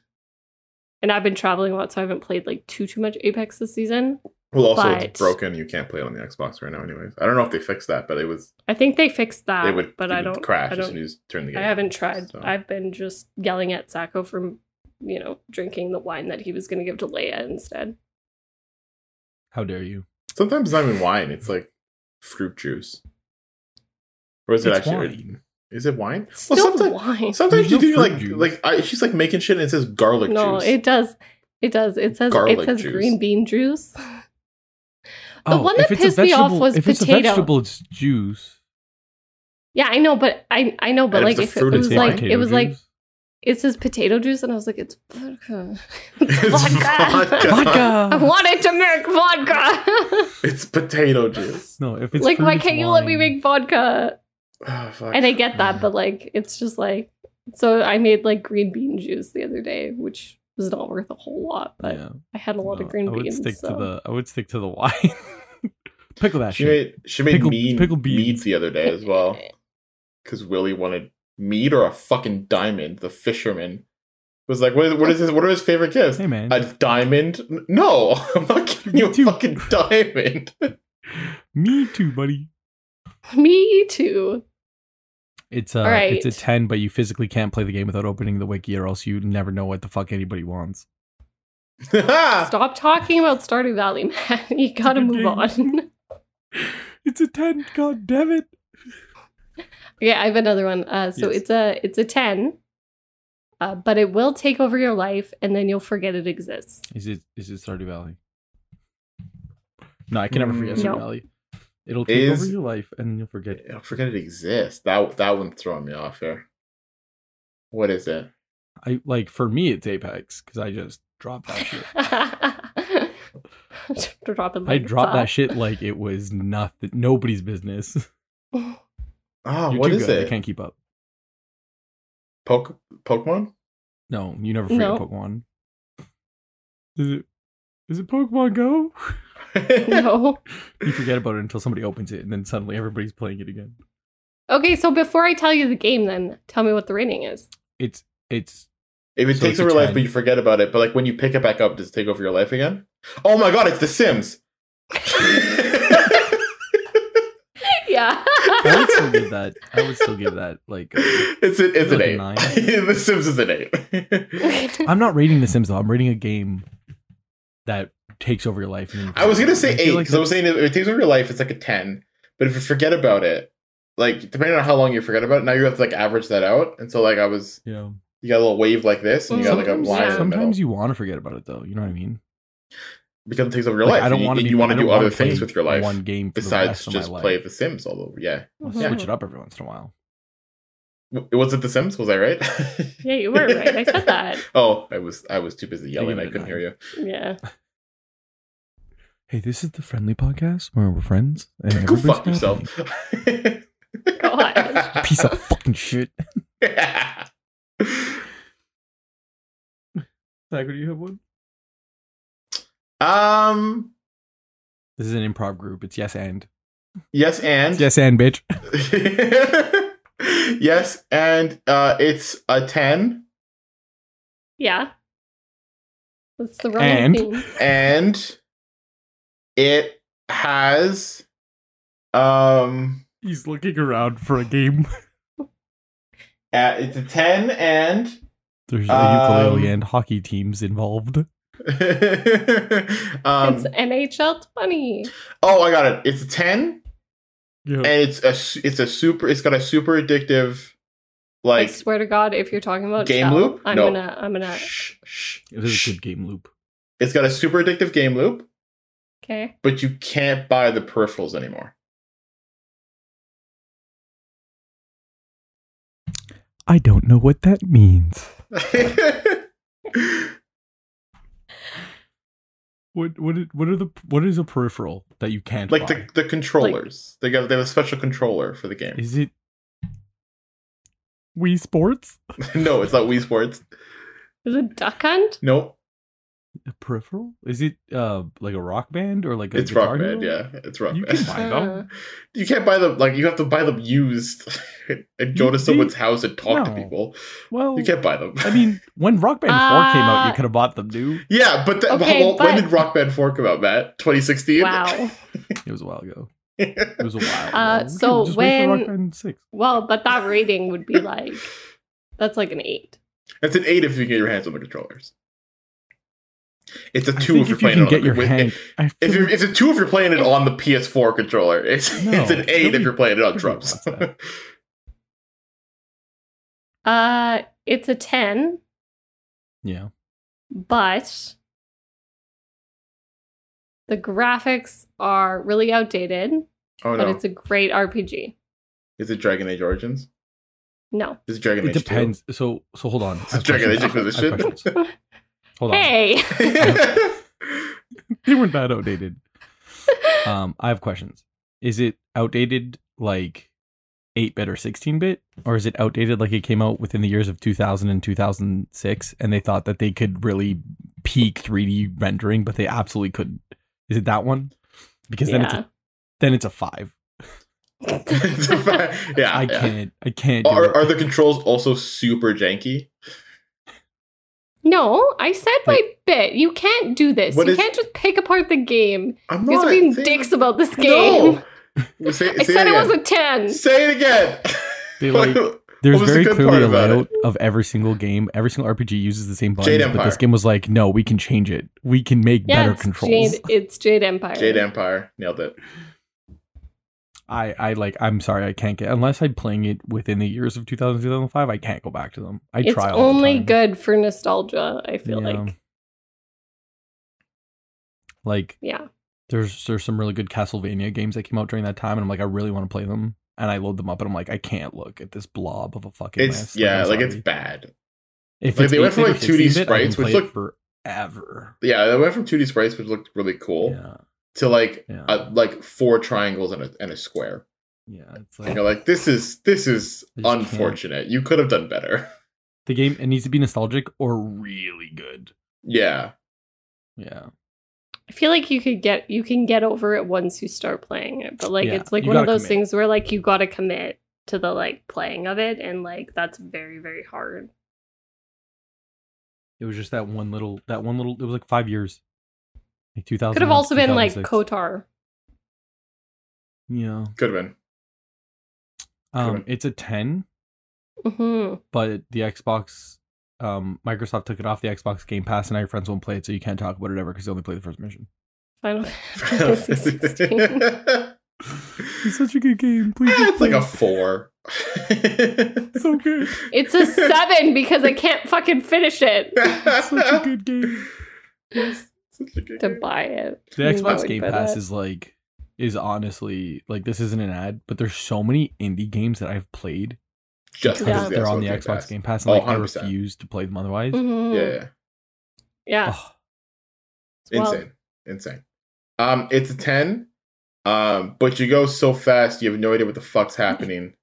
and I've been traveling a lot, so I haven't played like too too much Apex this season. Well, also But- it's broken. You can't play it on the Xbox right now. Anyways, I don't know if they fixed that, but it was I think they fixed that, it would. but it I would don't crash I as don't soon as you turn the game. I on, haven't tried. so. I've been just yelling at Sacco for, you know, drinking the wine that he was going to give to Leia instead. How dare you? Sometimes it's not even wine. It's like fruit juice. Or is it It's actually? wine. Is it wine? It's Well, still sometimes- wine. Sometimes There's you no do like fruit juice. like I, she's like making shit and it says garlic no, juice. it does. It does. It says it Garlic says juice. green bean juice. The Oh, one that if it's a pissed me off vegetable- was if potato. it's a vegetable, it's juice. Yeah, I know, but I I know, but And if like the if it fruit is was Say like potato it was like juice. it says potato juice, and I was like, it's vodka. It's It's vodka. vodka. I vodka. wanted to make vodka. It's potato juice. No, if it's like, fruit, why it's can't you let me wine. make vodka? Oh, fuck. and I get that, Yeah. but like it's just like so I made like green bean juice the other day, which was not worth a whole lot, but yeah. I had a lot No, of green I would beans. stick so. to the. I would stick to the wine. Pickle that She shit. made she made Pickle- mead pickle beans. meads the other day as well because Willie wanted mead or a fucking diamond. The fisherman was like, "What is what is his what are his favorite gifts? Hey man, A diamond? N- No, I'm not giving you a Dude. fucking diamond." me too, buddy. Me too. It's a All right. it's a ten, but you physically can't play the game without opening the wiki, or else you never know what the fuck anybody wants. Ah. Stop talking about Stardew Valley, man. You gotta good move on. It's a ten, god damn it! okay, I have another one. Uh, so Yes. it's a it's a ten, uh, but it will take over your life, and then you'll forget it exists. Is it is it Stardew Valley? No, I can never forget Mm. Stardew No. Valley. It'll take Is- over your life, and then you'll forget it. I forget it exists. That that one's throwing me off here. What is it? I like for me, it's Apex because I just dropped that shit. Drop it I like it's dropped hot. that shit like it was nothing, nobody's business. Oh, You're Ah, what too is good. I it? can't keep up. Poke Pokemon? No, you never forget No. Pokemon. Is it? Is it Pokemon Go? No. You forget about it until somebody opens it, and then suddenly everybody's playing it again. Okay, so before I tell you the game, then tell me what the rating is. It's it's If it So takes it's a over your life, 10. but you forget about it, but like when you pick it back up, does it take over your life again? Oh my god, it's The Sims. yeah. I would still give that. I would still give that. Like, it's a, it's an Like a eight. nine. the Sims is an eight. I'm not rating The Sims though. I'm rating a game that takes over your life. and then you I was gonna say I feel eight like because I was saying if it takes over your life, it's like a ten. But if you forget about it, like depending on how long you forget about it, now you have to like average that out. And so like I was, that- Yeah. you got a little wave like this, and you got like a Sometimes- line. yeah. in the middle. Sometimes you want to forget about it though. You know what I mean? because it takes over your Like, life. I don't want to. be- You want I to don't do other wanna play things with your life One game for the besides rest of just my life. play The Sims all over. Yeah, I'll Mhm. Switch it up every once in a while. W- was it The Sims? Was I right? Yeah, you were right. I said that. oh, I was. I was too busy yelling. give I it a couldn't nine. hear you. Yeah. Hey, this is the friendly podcast where we're friends. And Go everybody's fuck happy. yourself. God. Piece of fucking shit. Tiger, do you have one? um. This is an improv group. It's yes and. Yes, and Yes and bitch. yes, and uh, it's a ten. Yeah. That's the wrong And? thing. and it has um He's looking around for a game. uh, it's a 10 and There's a Um, ukulele and hockey teams involved. um um, it's NHL 20. oh i got it it's a 10 Yeah. and it's a su- it's a super it's got a super addictive like I swear to God, if you're talking about Game Shell, loop? I'm No. gonna, I'm gonna. shh, shh, It was shh. a good game loop. it's got a super addictive game loop Okay. but you can't buy the peripherals anymore I don't know what that means. What what i- what are the what is a peripheral that you can't like buy? the, the controllers they got they have a special controller for the game Is it Wii Sports? no it's not wii sports Is it Duck Hunt? nope A peripheral? Is it uh like a rock band or like a It's rock Guitar band, Hero? yeah. It's rock You band. can buy them. you can't buy them like you have to buy them used and go You to see? someone's house and talk to No. people. Well, You can't buy them. I mean, when Rock Band Four came out, you Uh, could have bought them, dude. yeah, but, the, Okay, well, when but- did Rock Band Four come out, Matt? 2016. Wow. It was a while ago. It was a while. Ago. Uh, We could so just wait for when- Rock Band Six, Well, but that rating would be like, that's like an eight. That's an eight if you can get your hands on the controllers. It's a I two think if you're if you playing can it get on your with- hand, I If feel you're, it's a two if you're playing it on the PS4 controller. It's, No, it's an eight if nobody- you're playing it on nobody drums. wants that. Uh, it's a 10, yeah. but the graphics are really outdated, oh but no! it's a great RPG. Is it Dragon Age Origins? No. Is it Dragon It Age? 2? depends. So so hold on. I have Dragon Age questions. I have Inquisition. questions. Hold on. Hey! They weren't that outdated. Um, I have questions. Is it outdated like 8 bit or 16 bit? Or is it outdated like it came out within the years of 2000 and 2006 and they thought that they could really peak 3D rendering, but they absolutely couldn't? Is it that one? Because then it's a, then it's a 5. yeah, yeah. I can't. I can't. do Are, it. are the controls also super janky? No, I said my bit. You can't do this. What you is- can't just pick apart the game. I'm You guys not are being saying- dicks about this game. No. Say, I say said it again. was a 10. Say it again. They, like, There's What was the very good clearly part a about layout of every single game. Every single RPG uses the same buttons, Jade but this Empire. game was like, no, we can change it. We can make Yeah, better it's controls. Jade, it's Jade Empire. Jade Empire nailed it. I, I like. I'm sorry, I can't get unless I'm playing it within the years of 2000 2005. I can't go back to them. I It's try. All the only time. good for nostalgia, I feel Yeah. like. Like Yeah. there's there's some really good Castlevania games that came out during that time, and I'm like, I really want to play them. And I load them up, and I'm like, I can't look at this blob of a fucking. It's mess. yeah, I'm like it's sorry. bad. If like, it's they went from, 8-bit or like, 2D 16-bit, I can sprites, which play it look- forever. Yeah, they went from 2D sprites, which looked really cool, Yeah. to like Yeah. uh, like four triangles and a, and a square. Yeah, it's You like know, like this is this is I just can't. unfortunate. You could have done better. the game. It needs to be nostalgic or really good. Yeah, Yeah, I feel like you could get you can get over it once you start playing it, but like Yeah, it's like you one of gotta those commit. things where like you got to commit to the like playing of it, and like that's very very hard. it was just that one little. That one little. It was like five years. Like two thousand. Could have also been like Kotar. Yeah, could have been. um, Could've it's a ten, hmm but the Xbox, um, Microsoft took it off the Xbox Game Pass, and now your friends won't play it, so you can't talk about it ever because you only play the first mission. Final Fantasy 16. It's such a good game. Please, Eh, just it's like play a it. four. it's so good. It's a seven because I can't fucking finish it It's such a good game. Such a good to game. buy it. The You Xbox would Game buy Pass that. is like is honestly like this isn't an ad, but there's so many indie games that I've played Just because Yeah. because of they're on the Xbox Pass. Game Pass, Oh, and like I 100%. refuse to play them otherwise. Mhm. Yeah, yeah. Yeah. Ugh, it's wild. insane, insane. Um, it's a ten. Um, but you go so fast, you have no idea what the fuck's happening,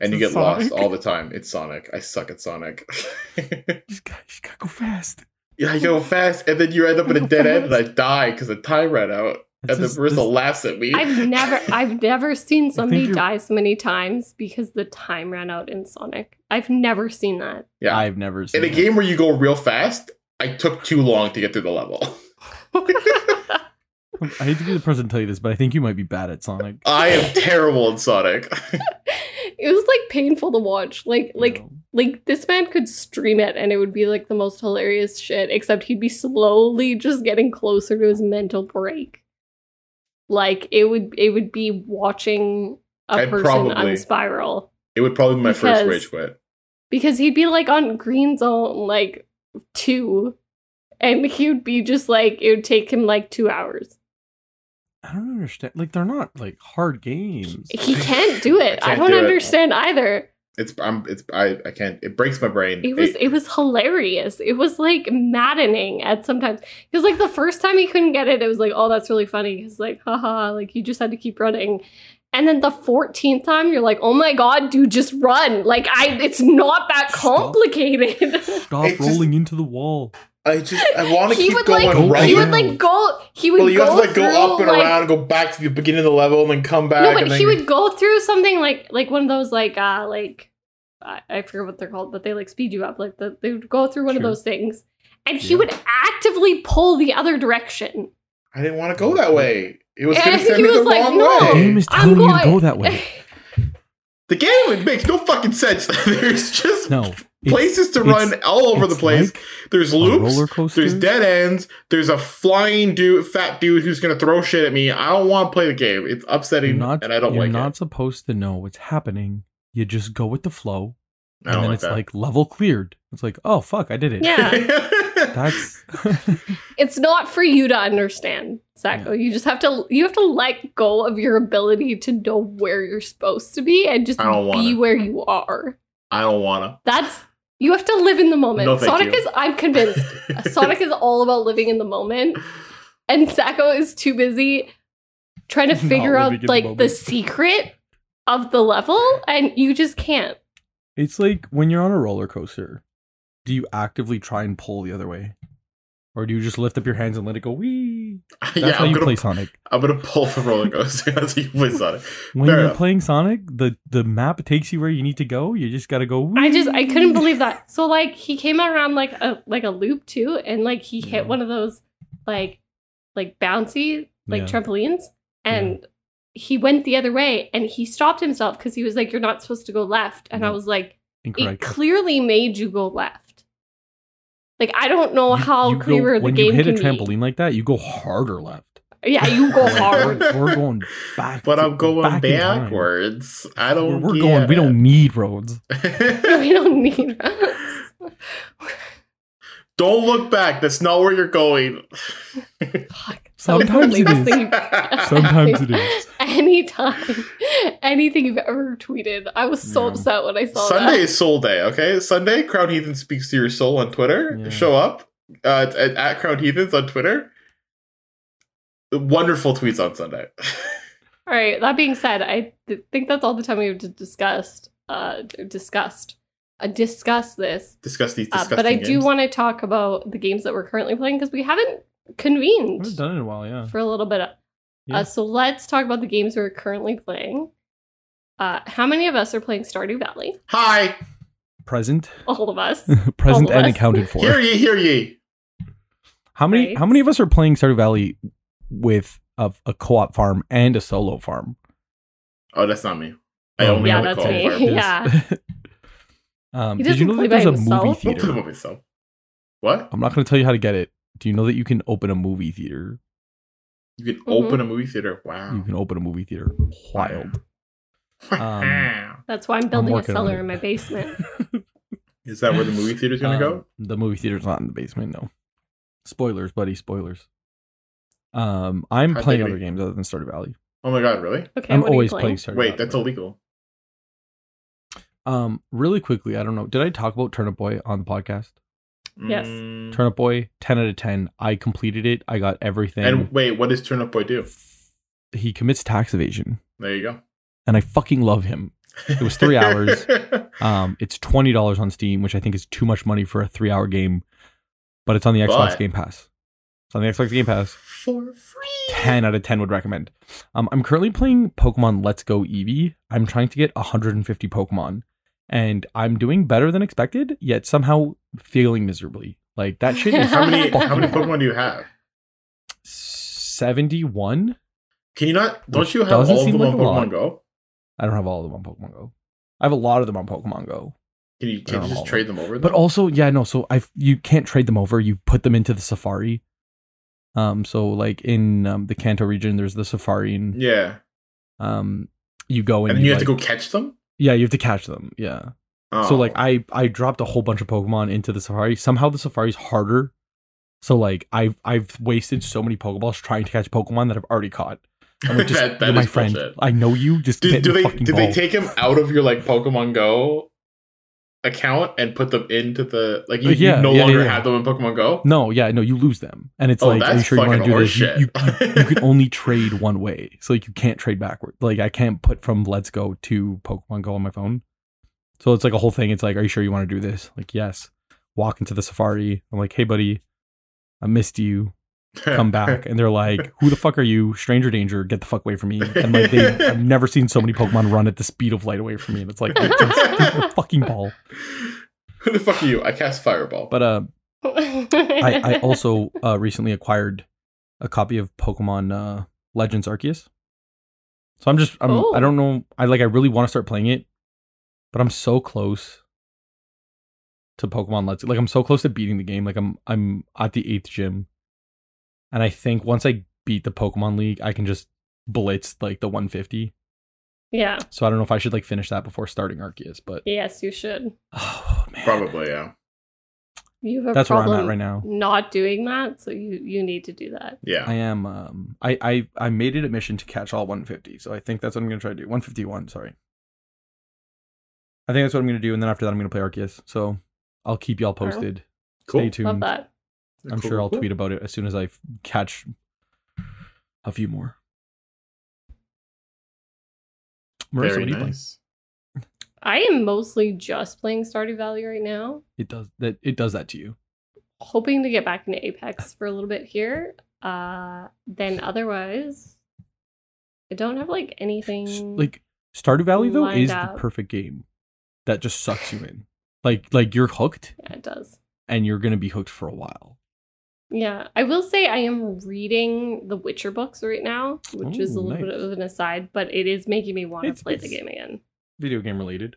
and you It's get lost Sonic. all the time. It's Sonic. I suck at Sonic. you just gotta, you just gotta go fast. yeah, I go fast, and then you end up in a dead end, and I die because the time ran out, This and the is- person this- laughs at me. I've never I've never seen somebody you're- die so many times because the time ran out in Sonic. I've never seen that. Yeah. I've never seen in a that. game where you go real fast. I took too long to get through the level. I hate to be the person to tell you this, but I think you might be bad at Sonic. I am terrible in Sonic. it was like painful to watch. Like you like know? like this man could stream it and it would be like the most hilarious shit, except he'd be slowly just getting closer to his mental break. Like it would it would be watching a I'd person probably- on spiral. It would probably be my first Because- rage quit. because he'd be like on green zone like two and he would be just like it would take him like two hours I don't understand. Like they're not like hard games. he can't do it I i, can't don't do it. understand either It's I'm it's I I can't. It breaks my brain. it was it was hilarious it was like maddening at sometimes because like the first time he couldn't get it it was like oh that's really funny he's like haha like you just had to keep running and then the 14th time you're like oh my god dude just run like i it's not that Stop. complicated Stop It's just- rolling into the wall. I just I want to he keep would going like right. he would like go he would well, you go have to like go through, up and like- around, go back to the beginning of the level, and then come back. No, and but then he would go through something like like one of those like uh like I, I forget what they're called, but they like speed you up. Like the, they would go through one of Sure. those things, and he Yeah. would actively pull the other direction. I didn't want to go that way. It was going And to send he me was the like, wrong no. The Oh, game way. is I'm telling you to going- go that way. The game it makes no fucking sense. There's just No, it's, places to it's- run all over the it's place. like there's a loops. roller coaster. There's dead ends. There's a flying dude, fat dude who's going to throw shit at me. I don't want to play the game. It's You're upsetting, not, and I don't you're like not it. supposed to know what's happening. You just go with the flow, I and don't then like it's that. like level cleared. It's like, oh fuck, I did it. Yeah, that's it's not for you to understand, Sacco. Yeah. You just have to you have to let go of your ability to know where you're supposed to be and just I don't want be it. where you are. I don't want That's you have to live in the moment. No, thank Sonic you. is I'm convinced. to. Sonic is all about living in the moment, and Sacco is too busy trying to Not figure out living in the like the moment. secret of the level and you just can't. It's like when you're on a roller coaster, do you actively try and pull the other way? Or do you just lift up your hands and let it go wee? That's yeah, how I'm you gonna play Sonic. I'm gonna pull from roller coaster. That's how you play Sonic. When Fair you're enough. playing Sonic, the, the map takes you where you need to go. You just gotta go. I just I couldn't wee. believe that. So like he came around like a like a loop too, and like he hit Yeah. one of those like like bouncy like Yeah. trampolines, and he went the other way, and he stopped himself because he was like, "You're not supposed to go left," and I No. was like, "It Incorrect. clearly made you go left." Like I don't know You- how you go- clearer the when game you hit can a trampoline like that, you go harder left. be. Yeah, you go We're- hard. We're going back. But to- I'm going back in time. backwards. I We're, don't. we're get going. We it. don't need roads. we don't need. roads. don't look back. That's not where you're going. Fuck. That was the Sometimes it latest is. thing you've Sometimes it is. Anytime, anything you've ever tweeted, I was so Yeah. upset when I saw Sunday that. is Soul Day. Okay, Sunday. Crown Heathen speaks to your soul on Twitter. Yeah. Show up uh, it's at, at Crown Heathens on Twitter. Wonderful tweets on Sunday. All right. That being said, I th- think that's all the time we have to discuss. Uh, d- discussed. Uh, discuss this. Discuss these Uh, disgusting. but I do games. want to talk about the games that we're currently playing because we haven't We convened haven't done it in a while, yeah. for a little bit. Yeah. Uh, so let's talk about the games we're currently playing. Uh, how many of us are playing Stardew Valley? Hi, Present, All of us. present, All of and us. accounted for. hear ye, hear ye. How many? Right. How many of us are playing Stardew Valley with a, a co-op farm and a solo farm? Oh, that's not me. I Oh, only yeah, have a that's call. me. for- Yes. Yeah. um, He did doesn't you know play that there's by a movie himself. Don't put them theater? on myself. What? I'm not going to tell you how to get it. Do you know that you can open a movie theater? You can Mhm. open a movie theater. Wow. You can open a movie theater. Wild. um, That's why I'm building a working on cellar it. in my basement. Is that where the movie theater's gonna Um, go? The movie theater's not in the basement. No. Spoilers, buddy. Spoilers. Um, I'm I playing think we- other games other than Stardew Valley. Oh my god, really? Okay, I'm what are you always playing? playing Stardew Wait, Valley. that's illegal. Um, really quickly, I don't know. Did I talk about Turnip Boy on the podcast? Yes. Mm. Turnip Boy, ten out of ten. I completed it. I got everything. And wait, what does Turnip Boy do? he commits tax evasion, There you go. and I fucking love him. It was three hours. Xbox Um, it's twenty dollars on Steam, which I think is too much money for a three-hour game, but it's on the Xbox But- Game Pass. It's on the Xbox Game Pass. For free. 10 out of 10 would recommend. Um, I'm currently playing Pokemon Let's Go Eevee. I'm trying to get 150 Pokemon, and I'm doing better than expected, yet somehow failing miserably. Like that shit is How many how many fucking- Pokemon do you have? 71. Can you not don't Which you have doesn't all of seem them like on a lot. Pokemon Go? I don't have all of them on Pokemon Go. I have a lot of them on Pokemon Go. Can you can you don't have all just of trade them over? But though? also, yeah, no, so I you can't trade them over. You put them into the Safari. Um so like in um, the Kanto region there's the Safari and Yeah. um you go and, And then you have like- to go catch them? Yeah, you have to catch them. Yeah. So Oh. like I I dropped a whole bunch of Pokemon into the Safari. Somehow the Safari's harder. So like I've I've wasted so many Pokeballs trying to catch Pokemon that I've already caught. I'm like, just That- that you're my is friend. bullshit. I know you. Just Do, get do in they the fucking did they ball. take him out of your like Pokemon Go account and put them into the like you, Uh, you yeah, no yeah, longer yeah. have them in Pokemon Go? No, yeah, no, you lose them, and it's Oh, like, are you that's sure you want to fucking do this? You, horseshit. you, you can only trade one way, so like you can't trade backward. Like I can't put from Let's Go to Pokemon Go on my phone. So it's like a whole thing. It's like, are you sure you want to do this? Like yes. Walk into the Safari. I'm like, hey buddy, I missed you. come back and they're like who the fuck are you stranger danger get the fuck away from me and like they i've never seen so many pokemon run at the speed of light away from me and it's like "Get the fucking ball Who the fuck are you? I cast fireball. but uh i i also uh recently acquired a copy of pokemon uh legends arceus so i'm just i'm Oh. i don't know i like i really want to start playing it but i'm so close to pokemon let's like i'm so close to beating the game like i'm i'm at the eighth gym and i think once i beat the pokemon league i can just blitz like the 150 yeah. so i don't know if i should like finish that before starting arceus but Yes, you should. oh man Probably, yeah. You have a that's where i'm problem at right now not doing that, so you you need to do that. Yeah. I am. Um, I, I I made it a mission to catch all 150, so I think that's what I'm gonna try to do. 151, sorry. I think that's what I'm gonna do, and then after that, I'm gonna play Arceus. So I'll keep y'all Alright. posted. cool. Stay Love tuned. that. I'm Cool, sure I'll cool. tweet about it as soon as I f- catch a few more. Marissa, Very what are you playing? nice. I am mostly just playing Stardew Valley right now, It does that. It does that to you. hoping to get back into Apex for a little bit here. Uh, then otherwise, I don't have like S- Mm. anything. Like Stardew Valley though Lined is up. the perfect game that just sucks you in. Like like you're hooked yeah, it does. and you're gonna be hooked for a while. Yeah, I will say I am reading the Witcher books right now, which is a Ooh, little bit nice. of an aside, but it is making me want It's- to play the it's- game again. Video game related.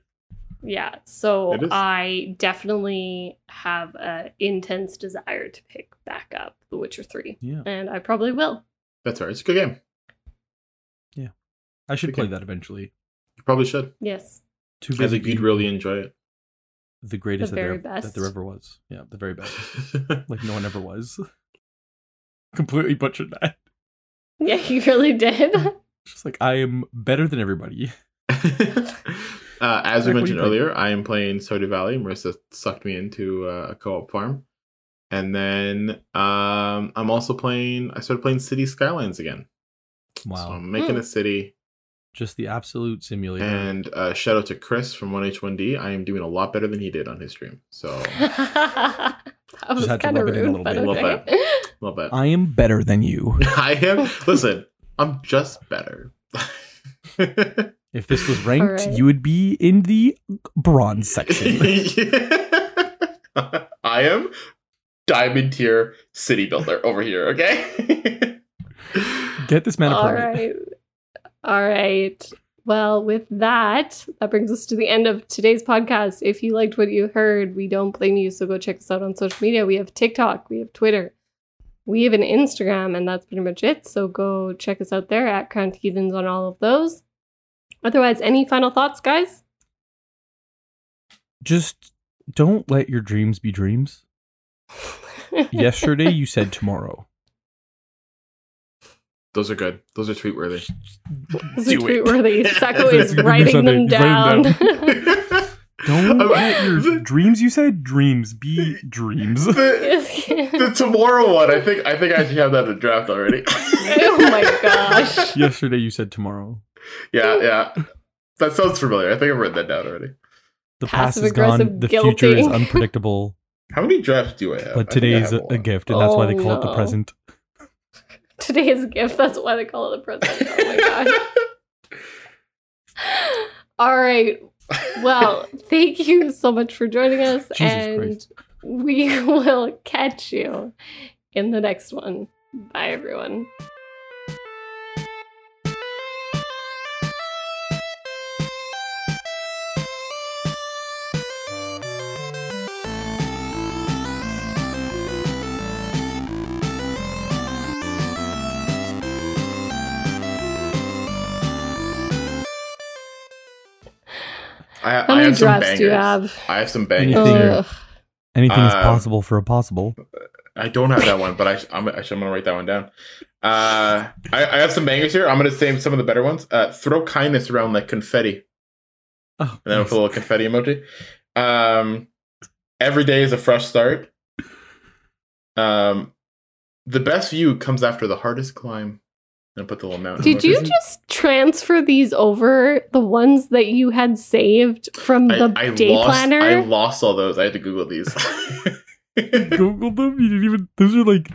Yeah, so It is. I definitely have an intense desire to pick back up The Witcher 3, Yeah, and I probably will. That's all right. It's a good game. I should Okay. play that eventually. You probably should. Yes. Too I busy think you'd being really enjoy it. the greatest The that, very there, that there best. ever was. Yeah, the very best. Like no one ever was. Completely butchered that. Yeah, you really did. Just like I am better than everybody. uh, as we Zach, what do you mentioned play? earlier, I am playing Soda Valley. Marissa sucked me into uh, a co-op farm, and then um, I'm also playing. I started playing City Skylines again. Wow. So I'm making Hmm. a city. Just the absolute simulator. And uh, shout out to Chris from 1H1D. I am doing a lot better than he did on his stream. So that was had to kind of rub it in a rude, little but bit. Love okay. love that. I am better than you. I am. Listen, I'm just better. If this was ranked, right. you would be in the bronze section. I am diamond tier city builder over here, okay? Get this man a All permit. right. All right. Well, with that, that brings us to the end of today's podcast. If you liked what you heard, we don't blame you. So go check us out on social media. We have TikTok, we have Twitter, we have an Instagram, and that's pretty much it. So go check us out there at Crown Heathens on all of those. Otherwise, any final thoughts, guys? Just don't let your dreams be dreams. Yesterday you said tomorrow. Those are good. Those are tweet worthy. This is Do it. tweet worthy. Sacco That's is gonna be writing Sunday. them He's down. writing them Don't let your dreams you said dreams be dreams. the, the tomorrow one. I think I think I actually have that in draft already. oh my gosh. Yesterday you said tomorrow. Yeah, yeah. That sounds familiar. I think I've written that down already. The past is Passive-aggressive gone. The future is guilty. unpredictable. How many drafts do I have? But today is a, a gift, and that's why they Oh, call it the no. present. Today's gift. That's why they call it the present. Oh my gosh. All right. Well, thank you so much for joining us. Jesus and Christ. we will catch you in the next one. Bye, everyone. I, How I many have some drafts do you bangers. have? I have some bangers. Anything. here. Ugh. Anything is Uh, possible for a possible. I don't have that one, but I sh- I'm, I sh- I'm gonna write that one down. Uh, I, I have some bangers here. I'm gonna say some of the better ones. Uh, throw kindness around like confetti, Oh, and then with a little confetti emoji. Um, every day is a fresh start. Um, the best view comes after the hardest climb. And I put the little mountain. Did emoji. you just transfer these over the ones that you had saved from the I, I day lost, planner? I lost all those. I had to Google these. Google them. You didn't even. Those are like